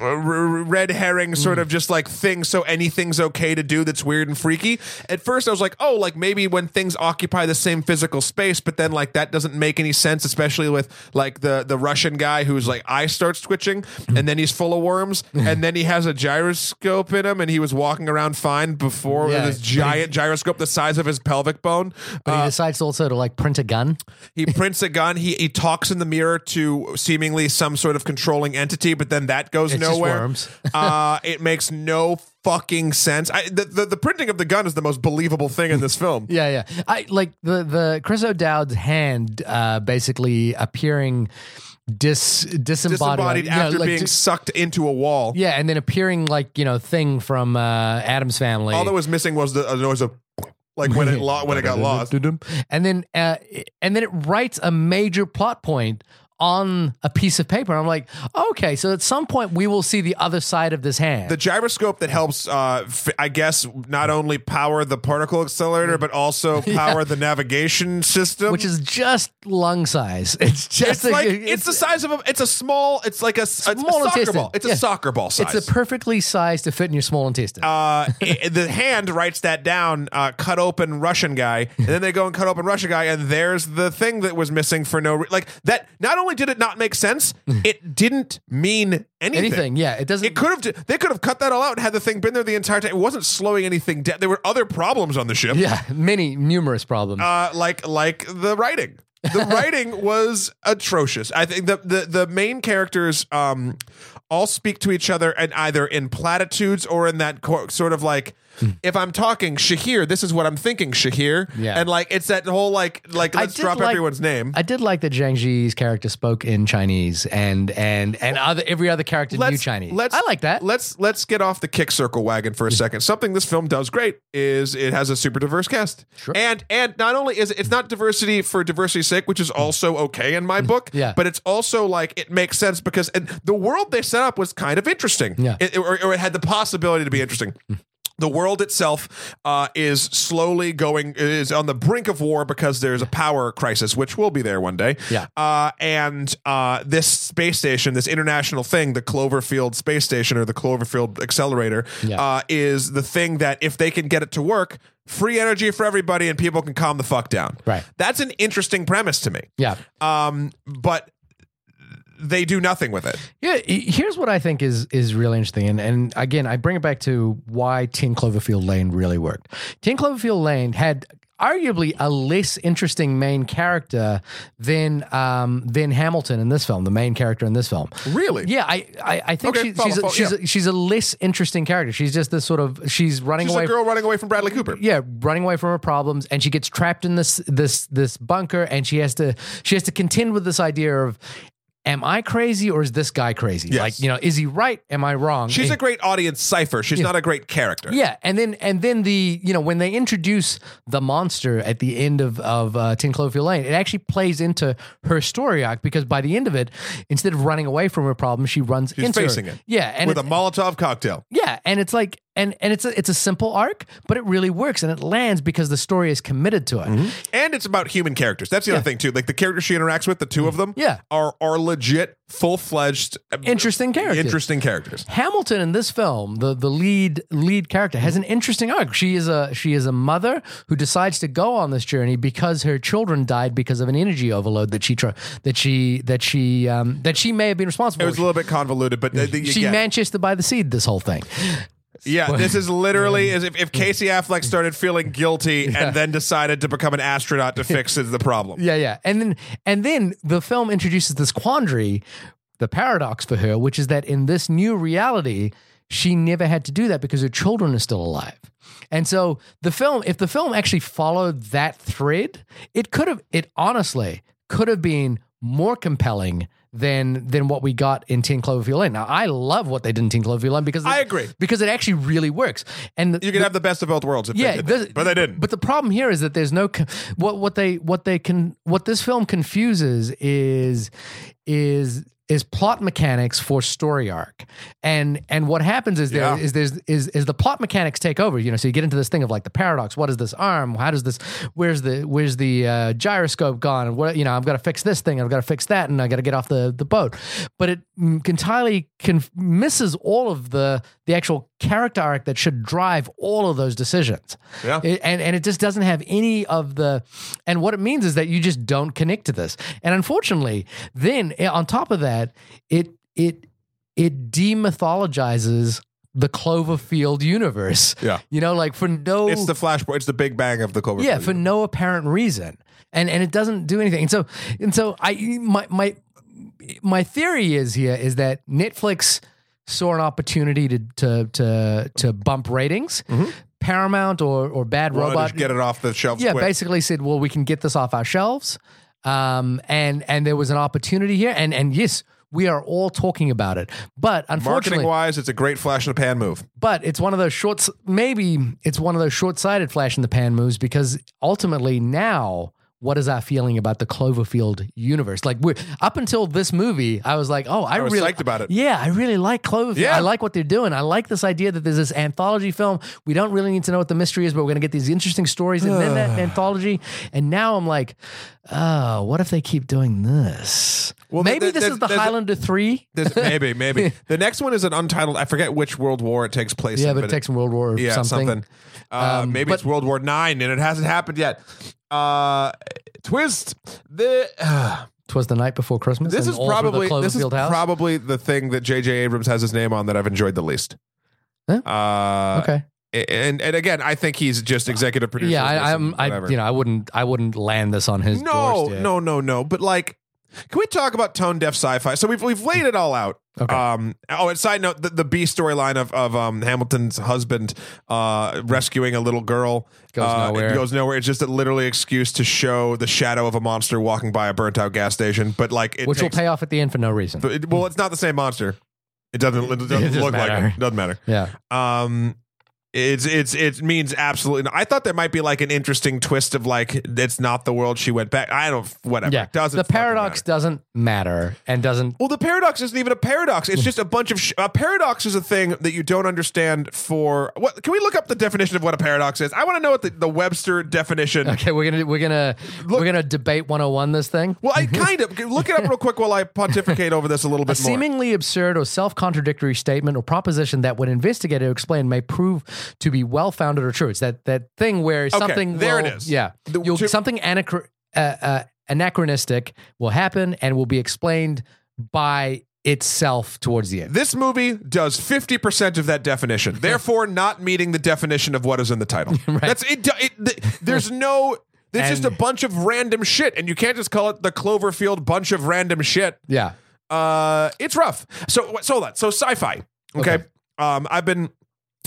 [SPEAKER 1] a uh, r- r- red herring sort of just like thing so anything's okay to do that's weird and freaky at first i was like oh like maybe when things occupy the same physical space but then like that doesn't make any sense especially with like the the russian guy who's like eye starts twitching and then he's full of worms and then he has a gyroscope in him and he was walking around fine before with
[SPEAKER 2] Yeah,
[SPEAKER 1] this
[SPEAKER 2] but
[SPEAKER 1] giant gyroscope the size of his pelvic bone
[SPEAKER 2] But he decides also to like print a gun.
[SPEAKER 1] he prints a gun. He he talks in the mirror to seemingly some sort of controlling entity, but then that goes
[SPEAKER 2] It's just
[SPEAKER 1] nowhere.
[SPEAKER 2] worms. (laughs)
[SPEAKER 1] uh, it makes no fucking sense. I, the, the the printing of the gun is the most believable thing in this
[SPEAKER 2] (laughs)
[SPEAKER 1] film.
[SPEAKER 2] Yeah, yeah. I like the the Chris O'Dowd's hand uh, basically appearing dis disembodied,
[SPEAKER 1] disembodied after
[SPEAKER 2] yeah, like,
[SPEAKER 1] being
[SPEAKER 2] di-
[SPEAKER 1] sucked into a wall.
[SPEAKER 2] yeah, and then appearing like you know thing from uh, Adam's family.
[SPEAKER 1] All that was missing was the uh, noise of like when it lo- when it
[SPEAKER 2] (laughs)
[SPEAKER 1] got lost.
[SPEAKER 2] and then uh, and then it writes a major plot point on a piece of paper. I'm like, okay, so at some point we will see the other side of this hand.
[SPEAKER 1] The gyroscope that helps, uh, f- I guess, not only power the particle accelerator but
[SPEAKER 2] (laughs)
[SPEAKER 1] also power the navigation system,
[SPEAKER 2] which is just lung size. (laughs) It's
[SPEAKER 1] it's
[SPEAKER 2] just
[SPEAKER 1] like
[SPEAKER 2] a,
[SPEAKER 1] it's, the size of a it's a small it's like a, s- a- a
[SPEAKER 2] Small
[SPEAKER 1] soccer
[SPEAKER 2] intestine.
[SPEAKER 1] ball it's
[SPEAKER 2] Yeah.
[SPEAKER 1] a soccer ball size.
[SPEAKER 2] it's a perfectly sized to fit in your small
[SPEAKER 1] (laughs)
[SPEAKER 2] intestine.
[SPEAKER 1] uh, i- the hand writes that down, uh, cut open Russian guy, and then they go and cut open Russian guy, and there's the thing that was missing for no re- like that. Not only did it not make
[SPEAKER 2] (laughs)
[SPEAKER 1] sense, it didn't mean anything.
[SPEAKER 2] Anything, yeah, it doesn't.
[SPEAKER 1] It could have they could have cut that all out and had the thing been there the entire time. It wasn't slowing anything down. There were other problems on the ship,
[SPEAKER 2] yeah, many numerous problems.
[SPEAKER 1] uh, like like the writing. The
[SPEAKER 2] (laughs)
[SPEAKER 1] writing was atrocious. I think the the the main characters um all speak to each other and either in platitudes or in that co- sort of like
[SPEAKER 2] Hmm.
[SPEAKER 1] if I'm talking Shahir, this is what I'm thinking Shahir,
[SPEAKER 2] Yeah.
[SPEAKER 1] and like it's that whole like like
[SPEAKER 2] I
[SPEAKER 1] let's
[SPEAKER 2] did
[SPEAKER 1] drop
[SPEAKER 2] like-
[SPEAKER 1] everyone's name.
[SPEAKER 2] I did like that Zhang Zi's character spoke in Chinese and and and other every other character knew Chinese. I like that. Hmm.
[SPEAKER 1] Let's let's get off the kick circle wagon for a second. Something this film does great is it has a super diverse cast,
[SPEAKER 2] Sure.
[SPEAKER 1] and and not only is it, it's not diversity for diversity's sake, which is also okay in my book,
[SPEAKER 2] Hmm. (laughs) Yeah.
[SPEAKER 1] but it's also like it makes sense because and the world they set up was kind of interesting,
[SPEAKER 2] Yeah. Mm.
[SPEAKER 1] It- or, or it had the possibility to be interesting. The world itself uh, is slowly going is on the brink of war because there's a power crisis, which will be there one day.
[SPEAKER 2] Yeah.
[SPEAKER 1] Uh, and uh, this space station, this international thing, the Cloverfield space station or the Cloverfield accelerator,
[SPEAKER 2] Yeah.
[SPEAKER 1] uh, is the thing that if they can get it to work, free energy for everybody, and people can calm the fuck down.
[SPEAKER 2] Right.
[SPEAKER 1] That's an interesting premise to me.
[SPEAKER 2] yeah.
[SPEAKER 1] Um, but they do nothing with it.
[SPEAKER 2] Yeah, he- here's what I think is is really interesting, and and again, I bring it back to why Ten Cloverfield Lane really worked. Ten Cloverfield Lane had arguably a less interesting main character than um than Hamilton in this film, the main character in this film.
[SPEAKER 1] Really?
[SPEAKER 2] Yeah, I I, I think
[SPEAKER 1] Okay,
[SPEAKER 2] she,
[SPEAKER 1] follow,
[SPEAKER 2] she's a,
[SPEAKER 1] follow,
[SPEAKER 2] she's
[SPEAKER 1] yeah.
[SPEAKER 2] a, she's a less interesting character. She's just this sort of she's running
[SPEAKER 1] She's
[SPEAKER 2] away.
[SPEAKER 1] a girl running away from Bradley Cooper.
[SPEAKER 2] yeah, running away from her problems, and she gets trapped in this this this bunker, and she has to she has to contend with this idea of, am I crazy or is this guy crazy?
[SPEAKER 1] Yes.
[SPEAKER 2] Like you know, is he right? Am I wrong?
[SPEAKER 1] She's
[SPEAKER 2] And-
[SPEAKER 1] a great audience cipher. She's not a great character.
[SPEAKER 2] yeah, and then and then the you know when they introduce the monster at the end of of uh, Ten Cloverfield Lane, it actually plays into her story arc because by the end of it, instead of running away from her problem, she runs into
[SPEAKER 1] facing
[SPEAKER 2] her.
[SPEAKER 1] it.
[SPEAKER 2] Yeah, and
[SPEAKER 1] With
[SPEAKER 2] it-
[SPEAKER 1] a Molotov cocktail.
[SPEAKER 2] yeah, and it's like and and it's a, it's a simple arc, but it really works and it lands because the story is committed to it.
[SPEAKER 1] And it's about human characters. That's the
[SPEAKER 2] Yeah.
[SPEAKER 1] other thing too. Like the characters she interacts with, the two of them,
[SPEAKER 2] Yeah.
[SPEAKER 1] are are legit, full fledged,
[SPEAKER 2] Interesting characters.
[SPEAKER 1] Interesting characters.
[SPEAKER 2] Hamilton in this film, the, the lead lead character has an interesting arc. She is a she is a mother who decides to go on this journey because her children died because of an energy overload that she tr- that she that she um, that she may have been responsible.
[SPEAKER 1] It was a
[SPEAKER 2] for.
[SPEAKER 1] little bit convoluted, but uh, the,
[SPEAKER 2] She
[SPEAKER 1] yeah,
[SPEAKER 2] Manchester by the seed this whole thing.
[SPEAKER 1] yeah, this is literally as if, if Casey Affleck started feeling guilty and then decided to become an astronaut
[SPEAKER 2] (laughs)
[SPEAKER 1] to fix it, the problem.
[SPEAKER 2] Yeah, yeah. And then and then the film introduces this quandary, the paradox for her, which is that in this new reality, she never had to do that because her children are still alive. And so the film, if the film actually followed that thread, it could have it honestly could have been more compelling than than what we got in Ten Cloverfield Lane. Now I love what they did in Ten Cloverfield Lane because
[SPEAKER 1] I agree.
[SPEAKER 2] because it actually really works. And the,
[SPEAKER 1] You could have the best of both worlds, if
[SPEAKER 2] yeah,
[SPEAKER 1] they did
[SPEAKER 2] this-
[SPEAKER 1] that. but they didn't.
[SPEAKER 2] But the problem here is that there's no con- what what they what they can what this film confuses is is is plot mechanics for story arc, and and what happens is there
[SPEAKER 1] Yeah.
[SPEAKER 2] is there's is is the plot mechanics take over. You know, so you get into this thing of like the paradox. What is this arm? How does this? Where's the where's the uh, gyroscope gone? And what you know, I've got to fix this thing. I've got to fix that, and I got to get off the the boat. But it mm, entirely conf- misses all of the the actual character arc that should drive all of those decisions.
[SPEAKER 1] Yeah.
[SPEAKER 2] It- and and it just doesn't have any of the and what it means is that you just don't connect to this and unfortunately then eh, on top of that it it it demythologizes the cloverfield universe
[SPEAKER 1] Yeah.
[SPEAKER 2] you know like for no
[SPEAKER 1] it's the flashpoint. It's the Big Bang of the Cloverfield.
[SPEAKER 2] yeah for no apparent reason and and it doesn't do anything and so and so i my my my theory is here is that netflix saw an opportunity to to to to bump ratings paramount or or bad
[SPEAKER 1] Mm-hmm. Wanted to
[SPEAKER 2] robot
[SPEAKER 1] get it off the shelves.
[SPEAKER 2] yeah,
[SPEAKER 1] quick.
[SPEAKER 2] basically said, well, we can get this off our shelves. Um, and and there was an opportunity here, and and yes, we are all talking about it. But unfortunately,
[SPEAKER 1] Marketing wise, it's a great flash in the pan move.
[SPEAKER 2] but it's one of those shorts. Maybe it's one of those short-sighted flash in the pan moves because ultimately now, what is our feeling about the Cloverfield universe? Like we're up until this movie, I was like, oh, I,
[SPEAKER 1] I was
[SPEAKER 2] really
[SPEAKER 1] psyched about it.
[SPEAKER 2] Yeah, I really like Cloverfield.
[SPEAKER 1] Yeah.
[SPEAKER 2] I like what they're doing. I like this idea that there's this anthology film. We don't really need to know what the mystery is, but we're going to get these interesting stories and
[SPEAKER 1] (sighs)
[SPEAKER 2] then that anthology. And now I'm like, oh, what if they keep doing this?
[SPEAKER 1] Well,
[SPEAKER 2] Well, maybe
[SPEAKER 1] there-
[SPEAKER 2] this
[SPEAKER 1] there-
[SPEAKER 2] is the
[SPEAKER 1] there's a-
[SPEAKER 2] Highlander three. (laughs)
[SPEAKER 1] This, maybe, maybe the next one is an untitled. I forget which world war it takes place.
[SPEAKER 2] Yeah,
[SPEAKER 1] in,
[SPEAKER 2] but it takes World War or
[SPEAKER 1] yeah something.
[SPEAKER 2] something.
[SPEAKER 1] Uh,
[SPEAKER 2] Um,
[SPEAKER 1] maybe
[SPEAKER 2] but-
[SPEAKER 1] it's World War Nine, and it hasn't happened yet. Uh, twist the. (sighs)
[SPEAKER 2] Twas the night before Christmas.
[SPEAKER 1] this
[SPEAKER 2] and
[SPEAKER 1] is
[SPEAKER 2] all through
[SPEAKER 1] probably
[SPEAKER 2] the
[SPEAKER 1] this is
[SPEAKER 2] Cloverfield house.
[SPEAKER 1] probably the thing that J.J. Abrams has his name on that I've enjoyed the least.
[SPEAKER 2] Huh?
[SPEAKER 1] Uh,
[SPEAKER 2] okay.
[SPEAKER 1] And and again, I think he's just executive producer.
[SPEAKER 2] Yeah,
[SPEAKER 1] of this
[SPEAKER 2] I,
[SPEAKER 1] and
[SPEAKER 2] I'm. I,
[SPEAKER 1] whatever.
[SPEAKER 2] you know, I wouldn't. I wouldn't land this on his.
[SPEAKER 1] no,
[SPEAKER 2] doorstep.
[SPEAKER 1] no, no, no. But like, can we talk about tone deaf sci-fi? So we've we've laid it all out.
[SPEAKER 2] Okay.
[SPEAKER 1] Um. Oh, and side note, the, the B storyline of of um Hamilton's husband uh rescuing a little girl
[SPEAKER 2] Goes
[SPEAKER 1] uh,
[SPEAKER 2] nowhere.
[SPEAKER 1] It goes nowhere. It's just a literally excuse to show the shadow of a monster walking by a burnt out gas station. But like, it
[SPEAKER 2] which
[SPEAKER 1] takes,
[SPEAKER 2] will pay off at the end for no reason.
[SPEAKER 1] but it- well, it's not the same monster. It doesn't.
[SPEAKER 2] (laughs)
[SPEAKER 1] It doesn't,
[SPEAKER 2] doesn't
[SPEAKER 1] look like
[SPEAKER 2] matter.
[SPEAKER 1] it. Doesn't matter.
[SPEAKER 2] yeah.
[SPEAKER 1] Um, it's it's it means absolutely. no- I thought there might be like an interesting twist of like it's not the world she went back. I don't whatever.
[SPEAKER 2] Yeah.
[SPEAKER 1] It doesn't
[SPEAKER 2] the
[SPEAKER 1] fucking
[SPEAKER 2] paradox
[SPEAKER 1] matter.
[SPEAKER 2] doesn't matter and doesn't. (laughs)
[SPEAKER 1] Well, the paradox isn't even a paradox.
[SPEAKER 2] Hmm.
[SPEAKER 1] It's just a bunch of sh- a paradox is a thing that you don't understand. For what can we look up the definition of what a paradox is? I want to know what the, the Webster definition.
[SPEAKER 2] Okay, we're gonna we're gonna we're gonna debate 101 this thing.
[SPEAKER 1] Well, I kind of look it up real quick while I pontificate over this a little
[SPEAKER 2] Mm-hmm. (laughs) A
[SPEAKER 1] bit more.
[SPEAKER 2] seemingly absurd or self contradictory statement or proposition that, when investigated or explained, may prove to be well founded or true. It's that, that thing where something.
[SPEAKER 1] there it
[SPEAKER 2] will-
[SPEAKER 1] is.
[SPEAKER 2] Yeah.
[SPEAKER 1] The-
[SPEAKER 2] You'll,
[SPEAKER 1] to-
[SPEAKER 2] something anachro- uh, uh, anachronistic will happen and will be explained by itself towards the end.
[SPEAKER 1] This movie does 50% of that definition, therefore not meeting the definition of what is in the title. That's it, do- it th- there's no there's just a
[SPEAKER 2] And-
[SPEAKER 1] bunch of random shit and you can't just call it the Cloverfield bunch of random shit.
[SPEAKER 2] Yeah.
[SPEAKER 1] Uh it's rough. So wh- so hold on. So sci-fi. Okay?
[SPEAKER 2] Okay.
[SPEAKER 1] Um I've been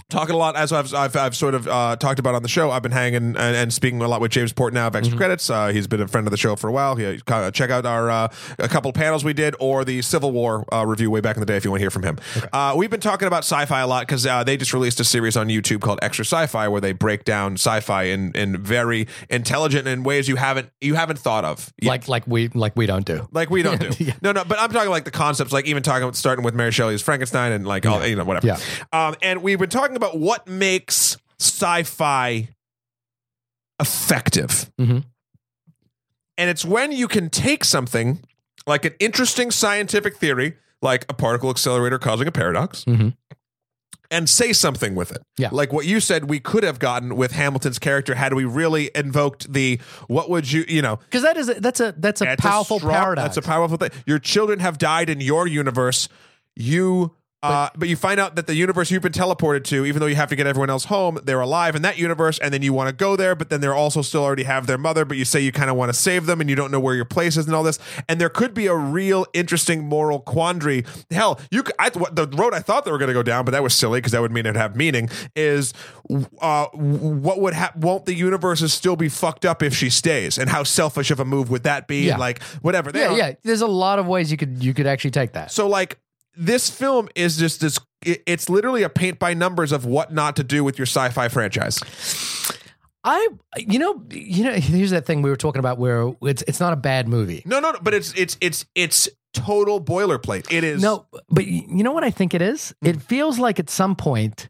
[SPEAKER 1] talking a lot as I've I've, I've sort of uh, talked about on the show. I've been hanging and, and speaking a lot with James Portnow of Extra Credits. Uh, he's been a friend of the show for a while. He, uh, check out our uh, a couple panels we did or the Civil War uh, review way back in the day if you want to hear from him. Uh, we've been talking about sci-fi a lot because uh, they just released a series on YouTube called Extra Sci-Fi where they break down sci-fi in in very intelligent and ways you haven't you haven't thought of yet.
[SPEAKER 2] Like like we like we don't do.
[SPEAKER 1] Like we don't do.
[SPEAKER 2] Yeah.
[SPEAKER 1] No, no, but I'm talking like the concepts, like even talking starting with Mary Shelley's Frankenstein and like all you know, whatever.
[SPEAKER 2] Yeah.
[SPEAKER 1] Um, and we've been talking about what makes sci-fi effective.
[SPEAKER 2] Mhm.
[SPEAKER 1] And it's when you can take something like an interesting scientific theory, like a particle accelerator causing a paradox,
[SPEAKER 2] Mhm.
[SPEAKER 1] and say something with it.
[SPEAKER 2] Yeah.
[SPEAKER 1] Like what you said we could have gotten with Hamilton's character had we really invoked the what would you you know
[SPEAKER 2] Because that is a, that's a that's a
[SPEAKER 1] that's
[SPEAKER 2] powerful
[SPEAKER 1] strong-
[SPEAKER 2] paradox.
[SPEAKER 1] That's a powerful thing. Your children have died in your universe. You. Uh, but you find out that the universe you've been teleported to, even though you have to get everyone else home, they're alive in that universe, and then you want to go there, but then they're also still already have their mother, but you say you kind of want to save them and you don't know where your place is and all this. And there could be a real interesting moral quandary. Hell, you c- I, what, the road I thought they were going to go down, but that was silly because that would mean it'd have meaning, is uh, what would hap won't the universes still be fucked up if she stays? And how selfish of a move would that be?
[SPEAKER 2] Yeah.
[SPEAKER 1] like whatever. They
[SPEAKER 2] yeah,
[SPEAKER 1] don't-
[SPEAKER 2] yeah. There's a lot of ways you could you could actually take that.
[SPEAKER 1] So like this film is just this. it- It's literally a paint by numbers of what not to do with your sci-fi franchise.
[SPEAKER 2] I you know you know (laughs) here's that thing we were talking about where it's it's not a bad movie.
[SPEAKER 1] No, no, no but it's it's it's it's total boilerplate. It is Hmm.
[SPEAKER 2] No, but y- you know what I think it is? It feels like at some point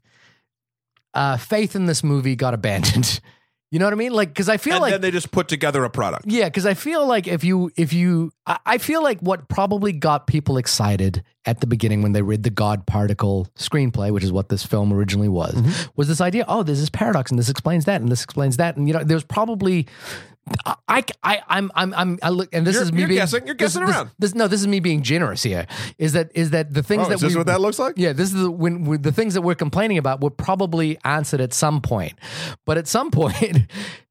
[SPEAKER 2] uh faith in this movie got abandoned. (laughs) You know what I mean? Like cuz I feel
[SPEAKER 1] And
[SPEAKER 2] like
[SPEAKER 1] then they just put together a product.
[SPEAKER 2] Yeah, because I feel like if you if you I, I feel like what probably got people excited at the beginning when they read the God particle screenplay, which is what this film originally was,
[SPEAKER 1] Mm-hmm.
[SPEAKER 2] was this idea, oh, there's this paradox and this explains that and this explains that. And you know, there's probably I, I, I- I'm, I'm, I'm, I look, and this
[SPEAKER 1] You're-
[SPEAKER 2] is me
[SPEAKER 1] you're
[SPEAKER 2] being
[SPEAKER 1] guessing- you're
[SPEAKER 2] this-
[SPEAKER 1] guessing
[SPEAKER 2] this-
[SPEAKER 1] around.
[SPEAKER 2] This, no, this is me being generous here. Is that is that the things
[SPEAKER 1] Oh,
[SPEAKER 2] that
[SPEAKER 1] is this
[SPEAKER 2] we,
[SPEAKER 1] what that looks like?
[SPEAKER 2] yeah, this is the, when, when the things that we're complaining about were probably answered at some point, but at some (laughs) point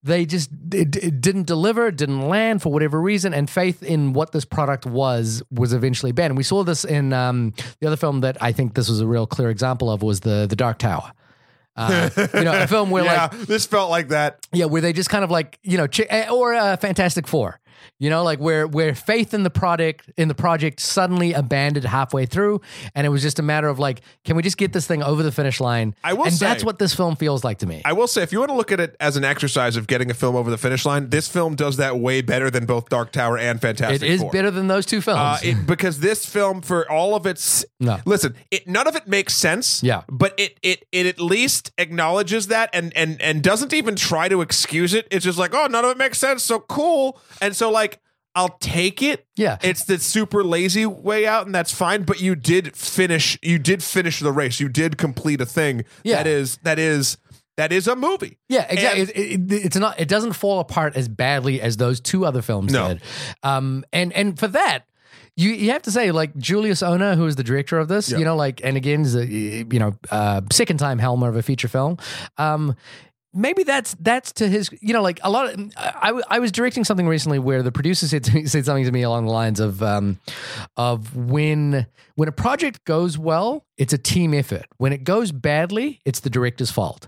[SPEAKER 2] they just it, it didn't deliver, it didn't land for whatever reason, and faith in what this product was was eventually banned. We saw this in um, the other film that I think this was a real clear example of was the the Dark Tower. Uh, you know, a film where like
[SPEAKER 1] yeah, this felt like that.
[SPEAKER 2] yeah, where they just kind of like you know, chi- eh, or uh, Fantastic Four. You know, like where where faith in the product in the project suddenly abandoned halfway through, and it was just a matter of like, can we just get this thing over the finish line?
[SPEAKER 1] I will
[SPEAKER 2] and
[SPEAKER 1] say-
[SPEAKER 2] that's what this film feels like to me.
[SPEAKER 1] I will say, if you want to look at it as an exercise of getting a film over the finish line, this film does that way better than both Dark Tower and Fantastic
[SPEAKER 2] it is
[SPEAKER 1] Four.
[SPEAKER 2] better than those two films.
[SPEAKER 1] Uh, it, because this film, for all of its
[SPEAKER 2] No.
[SPEAKER 1] listen, it, none of it makes sense.
[SPEAKER 2] Yeah.
[SPEAKER 1] but it it it at least acknowledges that and and and doesn't even try to excuse it. It's just like, oh, none of it makes sense. So cool, and so like. I'll take it.
[SPEAKER 2] Yeah.
[SPEAKER 1] It's the super lazy way out and that's fine, but you did finish you did finish the race. You did complete a thing
[SPEAKER 2] Yeah.
[SPEAKER 1] that is that is that is a movie.
[SPEAKER 2] Yeah, exactly. It, it, it's not. It doesn't fall apart as badly as those two other films
[SPEAKER 1] No.
[SPEAKER 2] did. Um, and and for that, you you have to say like Julius Ona, who is the director of this, you know, like and again is a you know uh, second time helmer of a feature film. Um, maybe that's that's to his you know like a lot of I, I was directing something recently where the producer said to me, said something to me along the lines of um of when when a project goes well it's a team effort when it goes badly it's the director's fault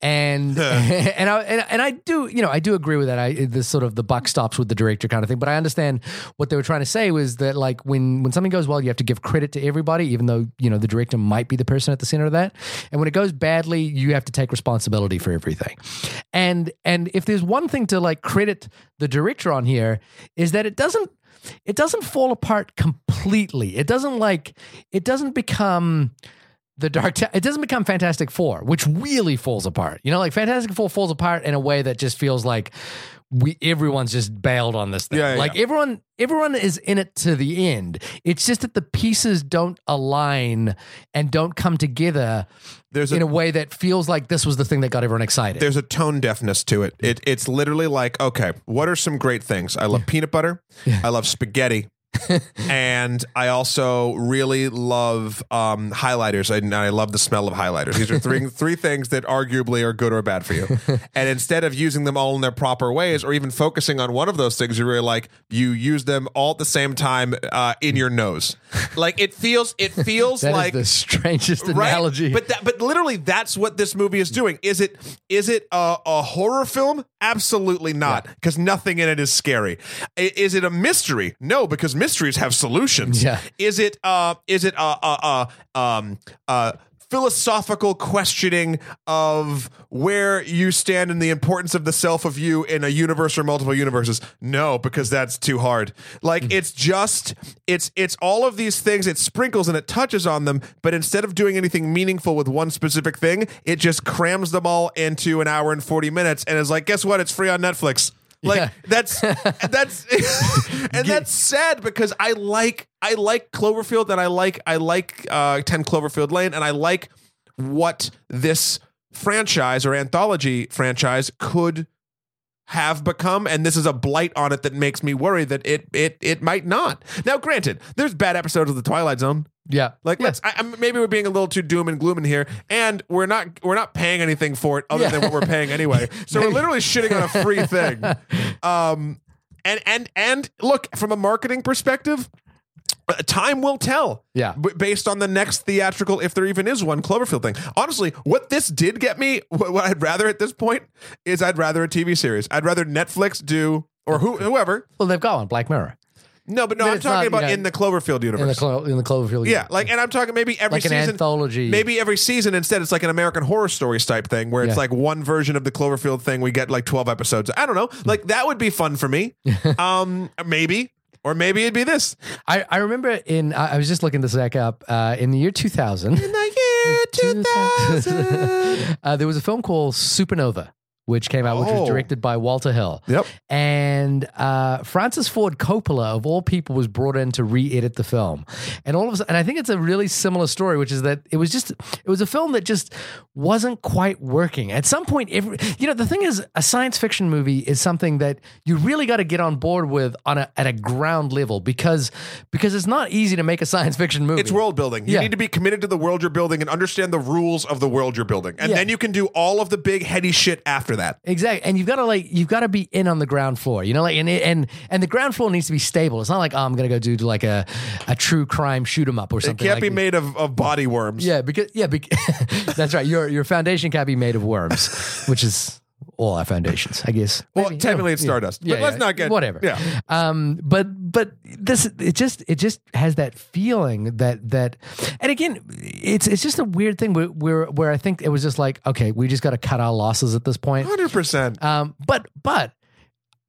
[SPEAKER 2] and (laughs) and I and, and I do you know I do agree with that I this sort of the buck stops with the director kind of thing but I understand what they were trying to say was that like when when something goes well you have to give credit to everybody even though you know the director might be the person at the center of that and when it goes badly you have to take responsibility for everything and and if there's one thing to like credit the director on here is that it doesn't it doesn't fall apart completely it doesn't like it doesn't become the dark Ta- it doesn't become fantastic four which really falls apart you know like fantastic four falls apart in a way that just feels like we everyone's just bailed on this thing
[SPEAKER 1] Yeah, yeah,
[SPEAKER 2] like everyone everyone is in it to the end it's just that the pieces don't align and don't come together
[SPEAKER 1] There's a
[SPEAKER 2] in a way that feels like this was the thing that got everyone excited
[SPEAKER 1] there's a tone deafness to it. It it's literally like, okay, what are some great things? I love peanut butter. I love
[SPEAKER 2] (laughs)
[SPEAKER 1] spaghetti. and I also really love um, highlighters, and I love the smell of highlighters. These are
[SPEAKER 2] (laughs)
[SPEAKER 1] three three things that arguably are good or bad for you. And instead of using them all in their proper ways, or even focusing on one of those things, you're really like you use them all at the same time uh, in your
[SPEAKER 2] (laughs)
[SPEAKER 1] nose. Like it feels, it feels
[SPEAKER 2] That is
[SPEAKER 1] like
[SPEAKER 2] the (laughs) strangest analogy
[SPEAKER 1] but that, but literally, that's what this movie is doing. Is it is it a, a horror film? Absolutely not, because nothing in it is scary. I- Is it a mystery? No, because mysteries have solutions.
[SPEAKER 2] Yeah.
[SPEAKER 1] Is it uh is it a a, a um uh philosophical questioning of where you stand and the importance of the self of you in a universe or multiple universes no because that's too hard like it's just it's it's all of these things it sprinkles and it touches on them but instead of doing anything meaningful with one specific thing it just crams them all into an hour and 40 minutes and is like guess what it's free on netflix like
[SPEAKER 2] Yeah.
[SPEAKER 1] that's that's (laughs) and that's sad because I like I like Cloverfield and I like I like uh, Ten Cloverfield Lane and I like what this franchise or anthology franchise could have become and this is a blight on it that makes me worry that it it it might not. Now granted, there's bad episodes of the Twilight Zone.
[SPEAKER 2] yeah
[SPEAKER 1] Like
[SPEAKER 2] yeah.
[SPEAKER 1] let's I, I'm, maybe we're being a little too doom and gloom in here, and we're not we're not paying anything for it other
[SPEAKER 2] Yeah.
[SPEAKER 1] than what we're paying
[SPEAKER 2] (laughs)
[SPEAKER 1] anyway. So we're literally shitting on a free thing. Um, and and and look from a marketing perspective. uh, Time will tell.
[SPEAKER 2] Yeah.
[SPEAKER 1] b- based on the next theatrical, if there even is one, Cloverfield thing. Honestly, what this did get me, (laughs) what, what I'd rather at this point is I'd rather a TV series. I'd rather Netflix do or who, whoever.
[SPEAKER 2] well they've got one black mirror
[SPEAKER 1] No, but no,
[SPEAKER 2] But
[SPEAKER 1] I'm
[SPEAKER 2] it's not,
[SPEAKER 1] talking
[SPEAKER 2] you
[SPEAKER 1] about
[SPEAKER 2] know,
[SPEAKER 1] in the Cloverfield universe.
[SPEAKER 2] in the, Clo- in the cloverfield
[SPEAKER 1] Yeah, like, and I'm talking maybe every
[SPEAKER 2] like an
[SPEAKER 1] season,
[SPEAKER 2] anthology
[SPEAKER 1] maybe every season instead, it's like an American Horror Stories type thing where it's
[SPEAKER 2] Yeah.
[SPEAKER 1] like one version of the Cloverfield thing. We get like 12 episodes. I don't know.
[SPEAKER 2] Hmm.
[SPEAKER 1] Like that would be fun for
[SPEAKER 2] (laughs)
[SPEAKER 1] me. um, maybe, or maybe it'd be this
[SPEAKER 2] I, I remember in I I was just looking this back up uh, in the year 2000
[SPEAKER 1] in the year 2000.
[SPEAKER 2] (laughs) uh, there was a film called Supernova which came out which
[SPEAKER 1] Oh.
[SPEAKER 2] was directed by Walter Hill
[SPEAKER 1] yep.
[SPEAKER 2] and uh, Francis Ford Coppola, of all people, was brought in to re-edit the film, and all of a sudden, and I think it's a really similar story, which is that it was just it was a film that just wasn't quite working. At some point, every you know the thing is, a science fiction movie is something that you really got to get on board with on a, at a ground level because because it's not easy to make a science fiction movie.
[SPEAKER 1] It's world building. You
[SPEAKER 2] Yeah.
[SPEAKER 1] need to be committed to the world you're building and understand the rules of the world you're building. And
[SPEAKER 2] Yeah.
[SPEAKER 1] then you can do all of the big heady shit after that.
[SPEAKER 2] Exactly, and you've got to like you've got to be in on the ground floor, you know, like and and and the ground floor needs to be stable. It's not like oh, I'm gonna go do like a a true crime shoot 'em up or
[SPEAKER 1] It
[SPEAKER 2] something.
[SPEAKER 1] can't
[SPEAKER 2] like
[SPEAKER 1] be made of, of body worms.
[SPEAKER 2] (laughs) Yeah, because yeah, bec- that's right. Your your foundation can't be made of worms, which is all our foundations, I guess.
[SPEAKER 1] Well,
[SPEAKER 2] Maybe,
[SPEAKER 1] technically
[SPEAKER 2] yeah,
[SPEAKER 1] it's
[SPEAKER 2] yeah.
[SPEAKER 1] Stardust, but let's not get-
[SPEAKER 2] whatever.
[SPEAKER 1] yeah.
[SPEAKER 2] Um, but but this it just it just has that feeling that that, and again, it's it's just a weird thing where where, where I think it was just like okay, we just got to cut our losses at this point.
[SPEAKER 1] Hundred percent.
[SPEAKER 2] Um, but but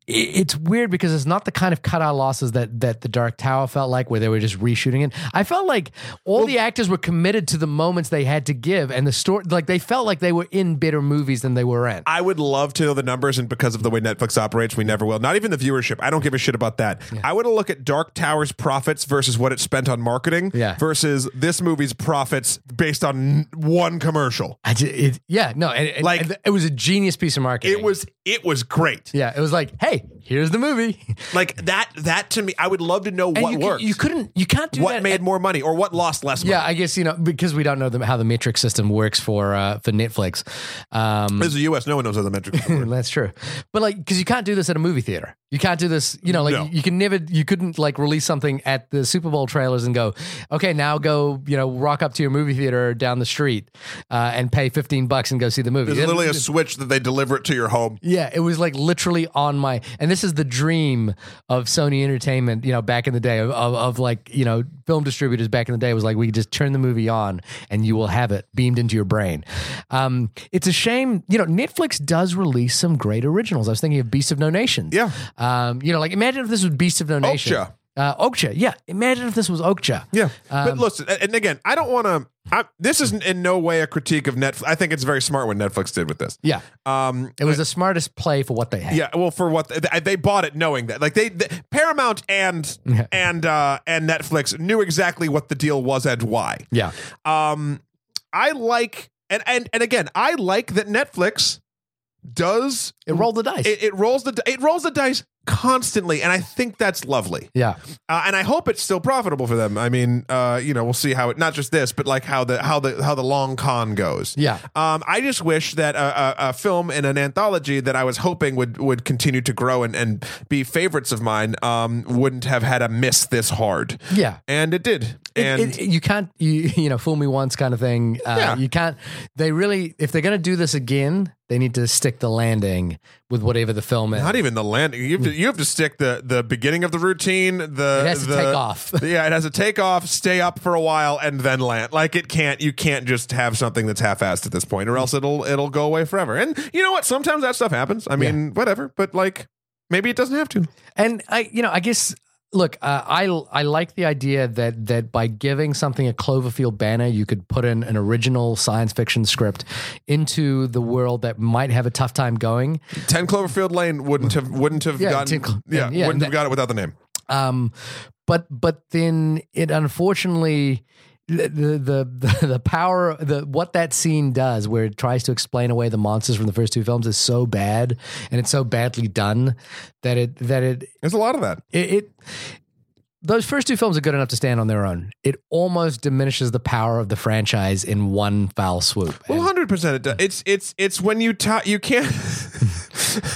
[SPEAKER 2] i- it's weird because it's not the kind of cut out losses that that the Dark Tower felt like, where they were just reshooting it. I felt like all the actors were committed to the moments they had to give, and the story, like they felt like they were in better movies than they were in.
[SPEAKER 1] I would love to know the numbers, and because of the way Netflix operates, we never will. Not even the viewership. I don't give a shit about that. I would look at Dark Tower's profits versus what it spent on marketing
[SPEAKER 2] Yeah.
[SPEAKER 1] versus this movie's profits based on one commercial.
[SPEAKER 2] I ju- it, yeah, no, and, and-
[SPEAKER 1] Like-
[SPEAKER 2] and it was a genius piece of marketing.
[SPEAKER 1] It was it was great.
[SPEAKER 2] yeah, it was like, hey, here's the movie. (laughs)
[SPEAKER 1] Like that that to me, I would love to know
[SPEAKER 2] And
[SPEAKER 1] what
[SPEAKER 2] you, c-
[SPEAKER 1] worked,
[SPEAKER 2] You couldn't. You can't do
[SPEAKER 1] what
[SPEAKER 2] that.
[SPEAKER 1] made
[SPEAKER 2] at-
[SPEAKER 1] more money, or what lost less money.
[SPEAKER 2] yeah, I guess you know because we don't know the, how the metric system works for uh, for Netflix. Um,
[SPEAKER 1] This is the U.S. No one knows how the metrics
[SPEAKER 2] (laughs)
[SPEAKER 1] work.
[SPEAKER 2] That's true. But like, because you can't do this at a movie theater. You can't do this. You know, like
[SPEAKER 1] No.
[SPEAKER 2] you, can never. You couldn't like release something at the Super Bowl trailers and go, okay, now go. You know, rock up to your movie theater down the street uh, and pay fifteen bucks and go see the movie.
[SPEAKER 1] There's
[SPEAKER 2] It-
[SPEAKER 1] literally a switch that they deliver it to your home.
[SPEAKER 2] yeah, it was like literally on my, and this is the dream of Sony Entertainment, you know, back in the day of, of, of like, you know, film distributors back in the day was like, we could just turn the movie on and you will have it beamed into your brain. Um, it's a shame, you know, Netflix does release some great originals. I was thinking of Beast of No Nation.
[SPEAKER 1] Yeah.
[SPEAKER 2] Um, you know, like imagine if this was Beast of No Nation.
[SPEAKER 1] Okja.
[SPEAKER 2] Uh, Okja. Yeah. Imagine if this was Okja. Uh,
[SPEAKER 1] Yeah,
[SPEAKER 2] Um,
[SPEAKER 1] but listen, a- and again, I don't want to. This is in no way a critique of Netflix. I think it's very smart what Netflix did with this.
[SPEAKER 2] Yeah.
[SPEAKER 1] Um,
[SPEAKER 2] It was the smartest play for what they had.
[SPEAKER 1] Yeah, well, for what they, they bought it, knowing that, like they, they Paramount and
[SPEAKER 2] Yeah.
[SPEAKER 1] and uh, and Netflix knew exactly what the deal was and why.
[SPEAKER 2] Yeah.
[SPEAKER 1] Um, I like and and and again, I like that Netflix does
[SPEAKER 2] It rolled the dice.
[SPEAKER 1] it, it rolls the di- it rolls the dice constantly, and I think that's lovely.
[SPEAKER 2] yeah.
[SPEAKER 1] Uh, and I hope it's still profitable for them. I mean, uh, you know, we'll see how it not just this, but like how the how the how the long con goes.
[SPEAKER 2] Yeah.
[SPEAKER 1] Um, I just wish that a, a, a film and an anthology that I was hoping would would continue to grow and, and be favorites of mine um, wouldn't have had a miss this hard.
[SPEAKER 2] Yeah.
[SPEAKER 1] And it did.
[SPEAKER 2] It-
[SPEAKER 1] And
[SPEAKER 2] it- you can't you you know fool me once kind of thing. Uh,
[SPEAKER 1] Yeah.
[SPEAKER 2] You can't. They really, if they're going to do this again, they need to stick the landing with whatever the film is.
[SPEAKER 1] not even the landing. You have to, you have to stick the the beginning of the routine. The
[SPEAKER 2] It has to
[SPEAKER 1] the-
[SPEAKER 2] take off.
[SPEAKER 1] (laughs) yeah, it has to take off, stay up for a while, and then land. Like it can't. You can't just have something that's half-assed at this point, or else it'll it'll go away forever. And you know what? Sometimes that stuff happens. I mean, whatever. But like, maybe it doesn't have to.
[SPEAKER 2] And I, you know, I guess. Look, uh, I I like the idea that that by giving something a Cloverfield banner, you could put in an original science fiction script into the world that might have a tough time going.
[SPEAKER 1] Ten Cloverfield Lane wouldn't have wouldn't have
[SPEAKER 2] Yeah,
[SPEAKER 1] gotten
[SPEAKER 2] 10 Clo-
[SPEAKER 1] yeah,
[SPEAKER 2] yeah,
[SPEAKER 1] wouldn't
[SPEAKER 2] that-
[SPEAKER 1] have got it without the name.
[SPEAKER 2] Um, but but then it unfortunately the the the, (laughs) the power the what that scene does where it tries to explain away the monsters from the first two films is so bad and it's so badly done that it that it
[SPEAKER 1] There's a lot of that.
[SPEAKER 2] it, it those first two films are good enough to stand on their own. It almost diminishes the power of the franchise in one foul swoop.
[SPEAKER 1] Well,
[SPEAKER 2] And-
[SPEAKER 1] hundred percent. It does. It's it's it's when you ta- you can't. (laughs)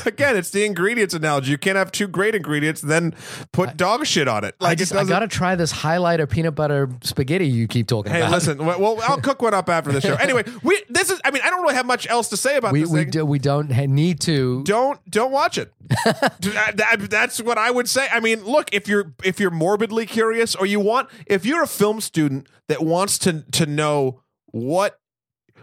[SPEAKER 1] Again, it's the ingredients analogy. You can't have two great ingredients, then put dog shit on it. Like
[SPEAKER 2] I just
[SPEAKER 1] it
[SPEAKER 2] I
[SPEAKER 1] doesn't.
[SPEAKER 2] gotta try this highlighter peanut butter spaghetti you keep talking
[SPEAKER 1] Hey,
[SPEAKER 2] about.
[SPEAKER 1] listen. Well, well, I'll cook one up after the
[SPEAKER 2] (laughs)
[SPEAKER 1] show. Anyway, we this is. I mean, I don't really have much else to say about
[SPEAKER 2] we
[SPEAKER 1] this
[SPEAKER 2] we
[SPEAKER 1] thing.
[SPEAKER 2] do, we don't ha- need to
[SPEAKER 1] don't don't watch
[SPEAKER 2] (laughs)
[SPEAKER 1] it. That- that- that's what I would say. I mean, look if you're if you're morbidly curious or you want if you're a film student that wants to to know what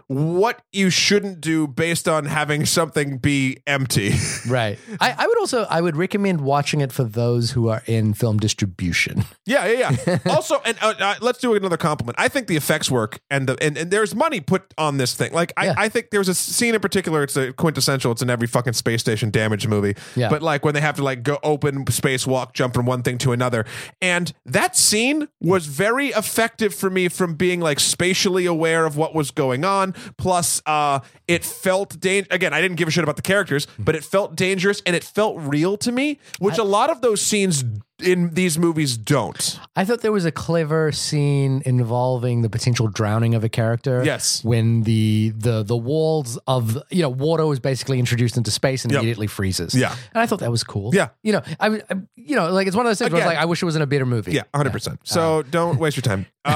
[SPEAKER 1] what you shouldn't do based on having something be empty. (laughs)
[SPEAKER 2] right I, I would also i would recommend watching it for those who are in film distribution
[SPEAKER 1] yeah, yeah,
[SPEAKER 2] (laughs)
[SPEAKER 1] yeah. also, and uh, uh, let's do another compliment. I think the effects work and the and, and there's money put on this thing. Like
[SPEAKER 2] Yeah.
[SPEAKER 1] I, I think there's a scene in particular. It's a quintessential. It's in every fucking space station damage movie.
[SPEAKER 2] Yeah.
[SPEAKER 1] But like when they have to like go open spacewalk, jump from one thing to another. And that scene was very effective for me from being like spatially aware of what was going on. Plus, uh, it felt dang Again, I didn't give a shit about the characters,
[SPEAKER 2] Hmm.
[SPEAKER 1] but it felt dangerous and it felt real to me, which a lot of those scenes in these movies don't.
[SPEAKER 2] I thought there was a clever scene involving the potential drowning of a character.
[SPEAKER 1] Yes.
[SPEAKER 2] When the the the walls of you know water was basically introduced into space and
[SPEAKER 1] Yep.
[SPEAKER 2] immediately freezes.
[SPEAKER 1] Yeah.
[SPEAKER 2] And I thought that was cool.
[SPEAKER 1] Yeah.
[SPEAKER 2] You know, I, was- I you know like it's one of those things where I was
[SPEAKER 1] Again.
[SPEAKER 2] like I wish it was in a better movie.
[SPEAKER 1] Yeah, 100%. So don't waste your
[SPEAKER 2] (laughs)
[SPEAKER 1] time. Uh,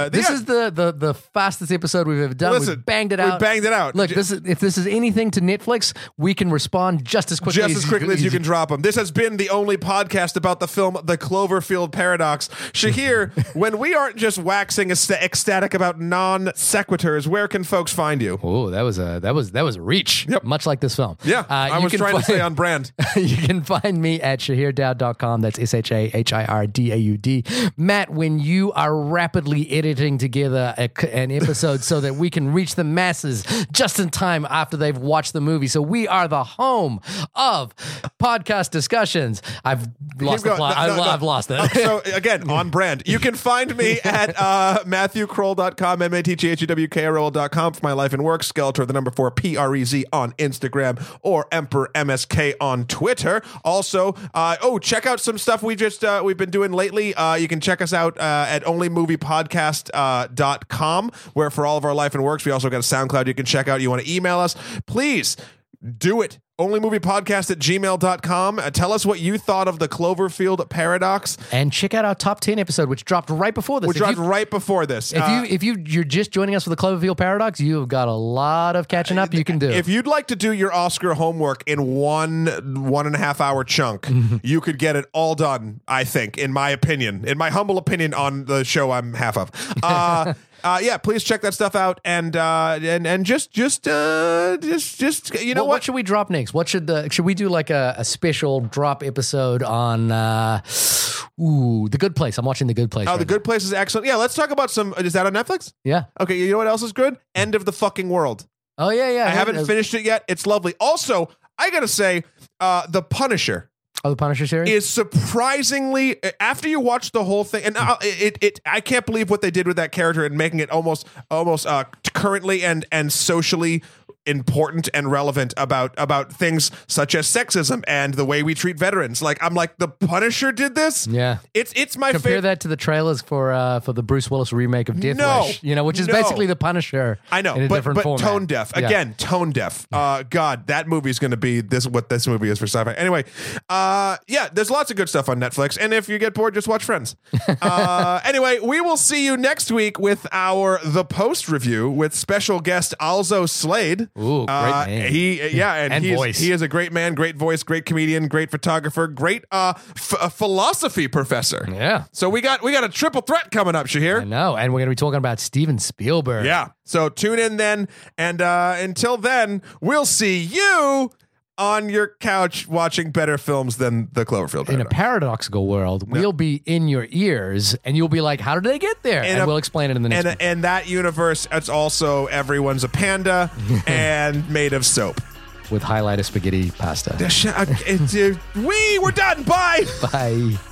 [SPEAKER 2] Uh, This
[SPEAKER 1] yeah,
[SPEAKER 2] is the, the the fastest episode we've ever done.
[SPEAKER 1] Listen,
[SPEAKER 2] we banged it
[SPEAKER 1] we
[SPEAKER 2] out.
[SPEAKER 1] banged it out.
[SPEAKER 2] Look,
[SPEAKER 1] J-
[SPEAKER 2] this is, if this is anything to Netflix, we can respond just as quickly
[SPEAKER 1] just as quickly as you
[SPEAKER 2] as
[SPEAKER 1] can drop them. This has been the only podcast about the film The Cloverfield Paradox. Shahir, when we aren't just waxing ecsta- ecstatic about non sequiturs, where can folks find you?
[SPEAKER 2] Oh, that was a that was that was a reach.
[SPEAKER 1] Yep.
[SPEAKER 2] Much like this film.
[SPEAKER 1] Yeah,
[SPEAKER 2] Uh,
[SPEAKER 1] I
[SPEAKER 2] you
[SPEAKER 1] was
[SPEAKER 2] can
[SPEAKER 1] trying to
[SPEAKER 2] find- (laughs)
[SPEAKER 1] stay on brand.
[SPEAKER 2] you can find me at shahirdaud.com. That's S H A H I R D A U D. Matt, when you are rapidly editing together a, an episode so that we can reach the masses just in time after they've watched the movie. So we are the home of podcast discussions. I've lost the
[SPEAKER 1] going.
[SPEAKER 2] plot.
[SPEAKER 1] No, no, no.
[SPEAKER 2] I, have lost it.
[SPEAKER 1] Uh, so again, on brand. You can find me at uh, matthewkroll.com, E M-A-T-T-H-E-W-K-R-O-L.com for my life and work, Skeletor, the number four, P-R-E-Z on Instagram, or Emperor MSK on Twitter. Also, uh, oh, check out some stuff we just, uh, we've been doing lately. Uh, you can check us out uh, at onlymoviepodcast.com, where for all of our life and works, we also got a SoundCloud you can check out. You want to email us, please do it. Onlymoviepodcast at gmail.com. Uh, tell us what you thought of the Cloverfield paradox
[SPEAKER 2] and check out our top 10 episode, which dropped right before this.
[SPEAKER 1] which
[SPEAKER 2] If
[SPEAKER 1] dropped
[SPEAKER 2] you-
[SPEAKER 1] right before this.
[SPEAKER 2] if
[SPEAKER 1] Uh,
[SPEAKER 2] you if you you're just joining us for the Cloverfield Paradox, you have got a lot of catching up you can do.
[SPEAKER 1] Uh, if you'd like to do your Oscar homework in one one and a half hour
[SPEAKER 2] (laughs)
[SPEAKER 1] chunk, you could get it all done. I think, in my opinion, in my humble opinion, on the show I'm half of.
[SPEAKER 2] (laughs)
[SPEAKER 1] Uh, Uh, yeah, please check that stuff out, and uh, and and just just uh, just just you know
[SPEAKER 2] what,
[SPEAKER 1] what?
[SPEAKER 2] what should we drop next? What should the should we do like a, a special drop episode on uh ooh, The Good Place. I'm watching The Good Place.
[SPEAKER 1] Oh,
[SPEAKER 2] right
[SPEAKER 1] the Good Place is excellent. Yeah, let's talk about some. Is that on Netflix?
[SPEAKER 2] now. yeah.
[SPEAKER 1] Okay, you know what else is good? End of the fucking world.
[SPEAKER 2] Oh yeah, yeah.
[SPEAKER 1] I haven't finished it yet. It's lovely. Also, I gotta say, uh, the Punisher.
[SPEAKER 2] Oh, the Punisher series?
[SPEAKER 1] is surprisingly after you watch the whole thing and uh, it, it I can't believe what they did with that character and making it almost almost uh currently and and socially important and relevant about about things such as sexism and the way we treat veterans like I'm like the Punisher did this
[SPEAKER 2] yeah.
[SPEAKER 1] it's it's my
[SPEAKER 2] Compare
[SPEAKER 1] favorite
[SPEAKER 2] that to the trailers for uh for the Bruce Willis remake of Death
[SPEAKER 1] No.
[SPEAKER 2] Wish, you know, which is
[SPEAKER 1] No.
[SPEAKER 2] basically the Punisher.
[SPEAKER 1] I know,
[SPEAKER 2] in a
[SPEAKER 1] but,
[SPEAKER 2] different
[SPEAKER 1] but
[SPEAKER 2] format.
[SPEAKER 1] tone deaf
[SPEAKER 2] Yeah. Mm.
[SPEAKER 1] again. Tone deaf. Uh, God, that movie's going to be this what this movie is for sci-fi. Anyway, uh, yeah, there's lots of good stuff on Netflix, and if you get bored, just watch
[SPEAKER 2] (laughs)
[SPEAKER 1] Friends. Uh, anyway, we will see you next week with our the post review with special guest Alzo Slade.
[SPEAKER 2] Ooh, great
[SPEAKER 1] Uh,
[SPEAKER 2] name.
[SPEAKER 1] He yeah, and,
[SPEAKER 2] And
[SPEAKER 1] he
[SPEAKER 2] voice.
[SPEAKER 1] Is, he is a great man, great voice, great comedian, great photographer, great uh, f- uh, philosophy professor.
[SPEAKER 2] Yeah.
[SPEAKER 1] So we got we got a triple threat coming up, Shahir.
[SPEAKER 2] I know. And we're gonna be talking about Steven Spielberg.
[SPEAKER 1] Yeah. So tune in then. And uh, until then, we'll see you on your couch watching better films than The Cloverfield
[SPEAKER 2] in a
[SPEAKER 1] Paradox.
[SPEAKER 2] paradoxical world, we'll be in your ears and you'll be like, How did they get there? and
[SPEAKER 1] a-
[SPEAKER 2] we'll explain it in the next
[SPEAKER 1] And, and that universe, it's also everyone's a
[SPEAKER 2] (laughs)
[SPEAKER 1] panda and made of soap. (laughs) uh,
[SPEAKER 2] one with highlighter spaghetti pasta.
[SPEAKER 1] We, we're done. Bye.
[SPEAKER 2] Bye.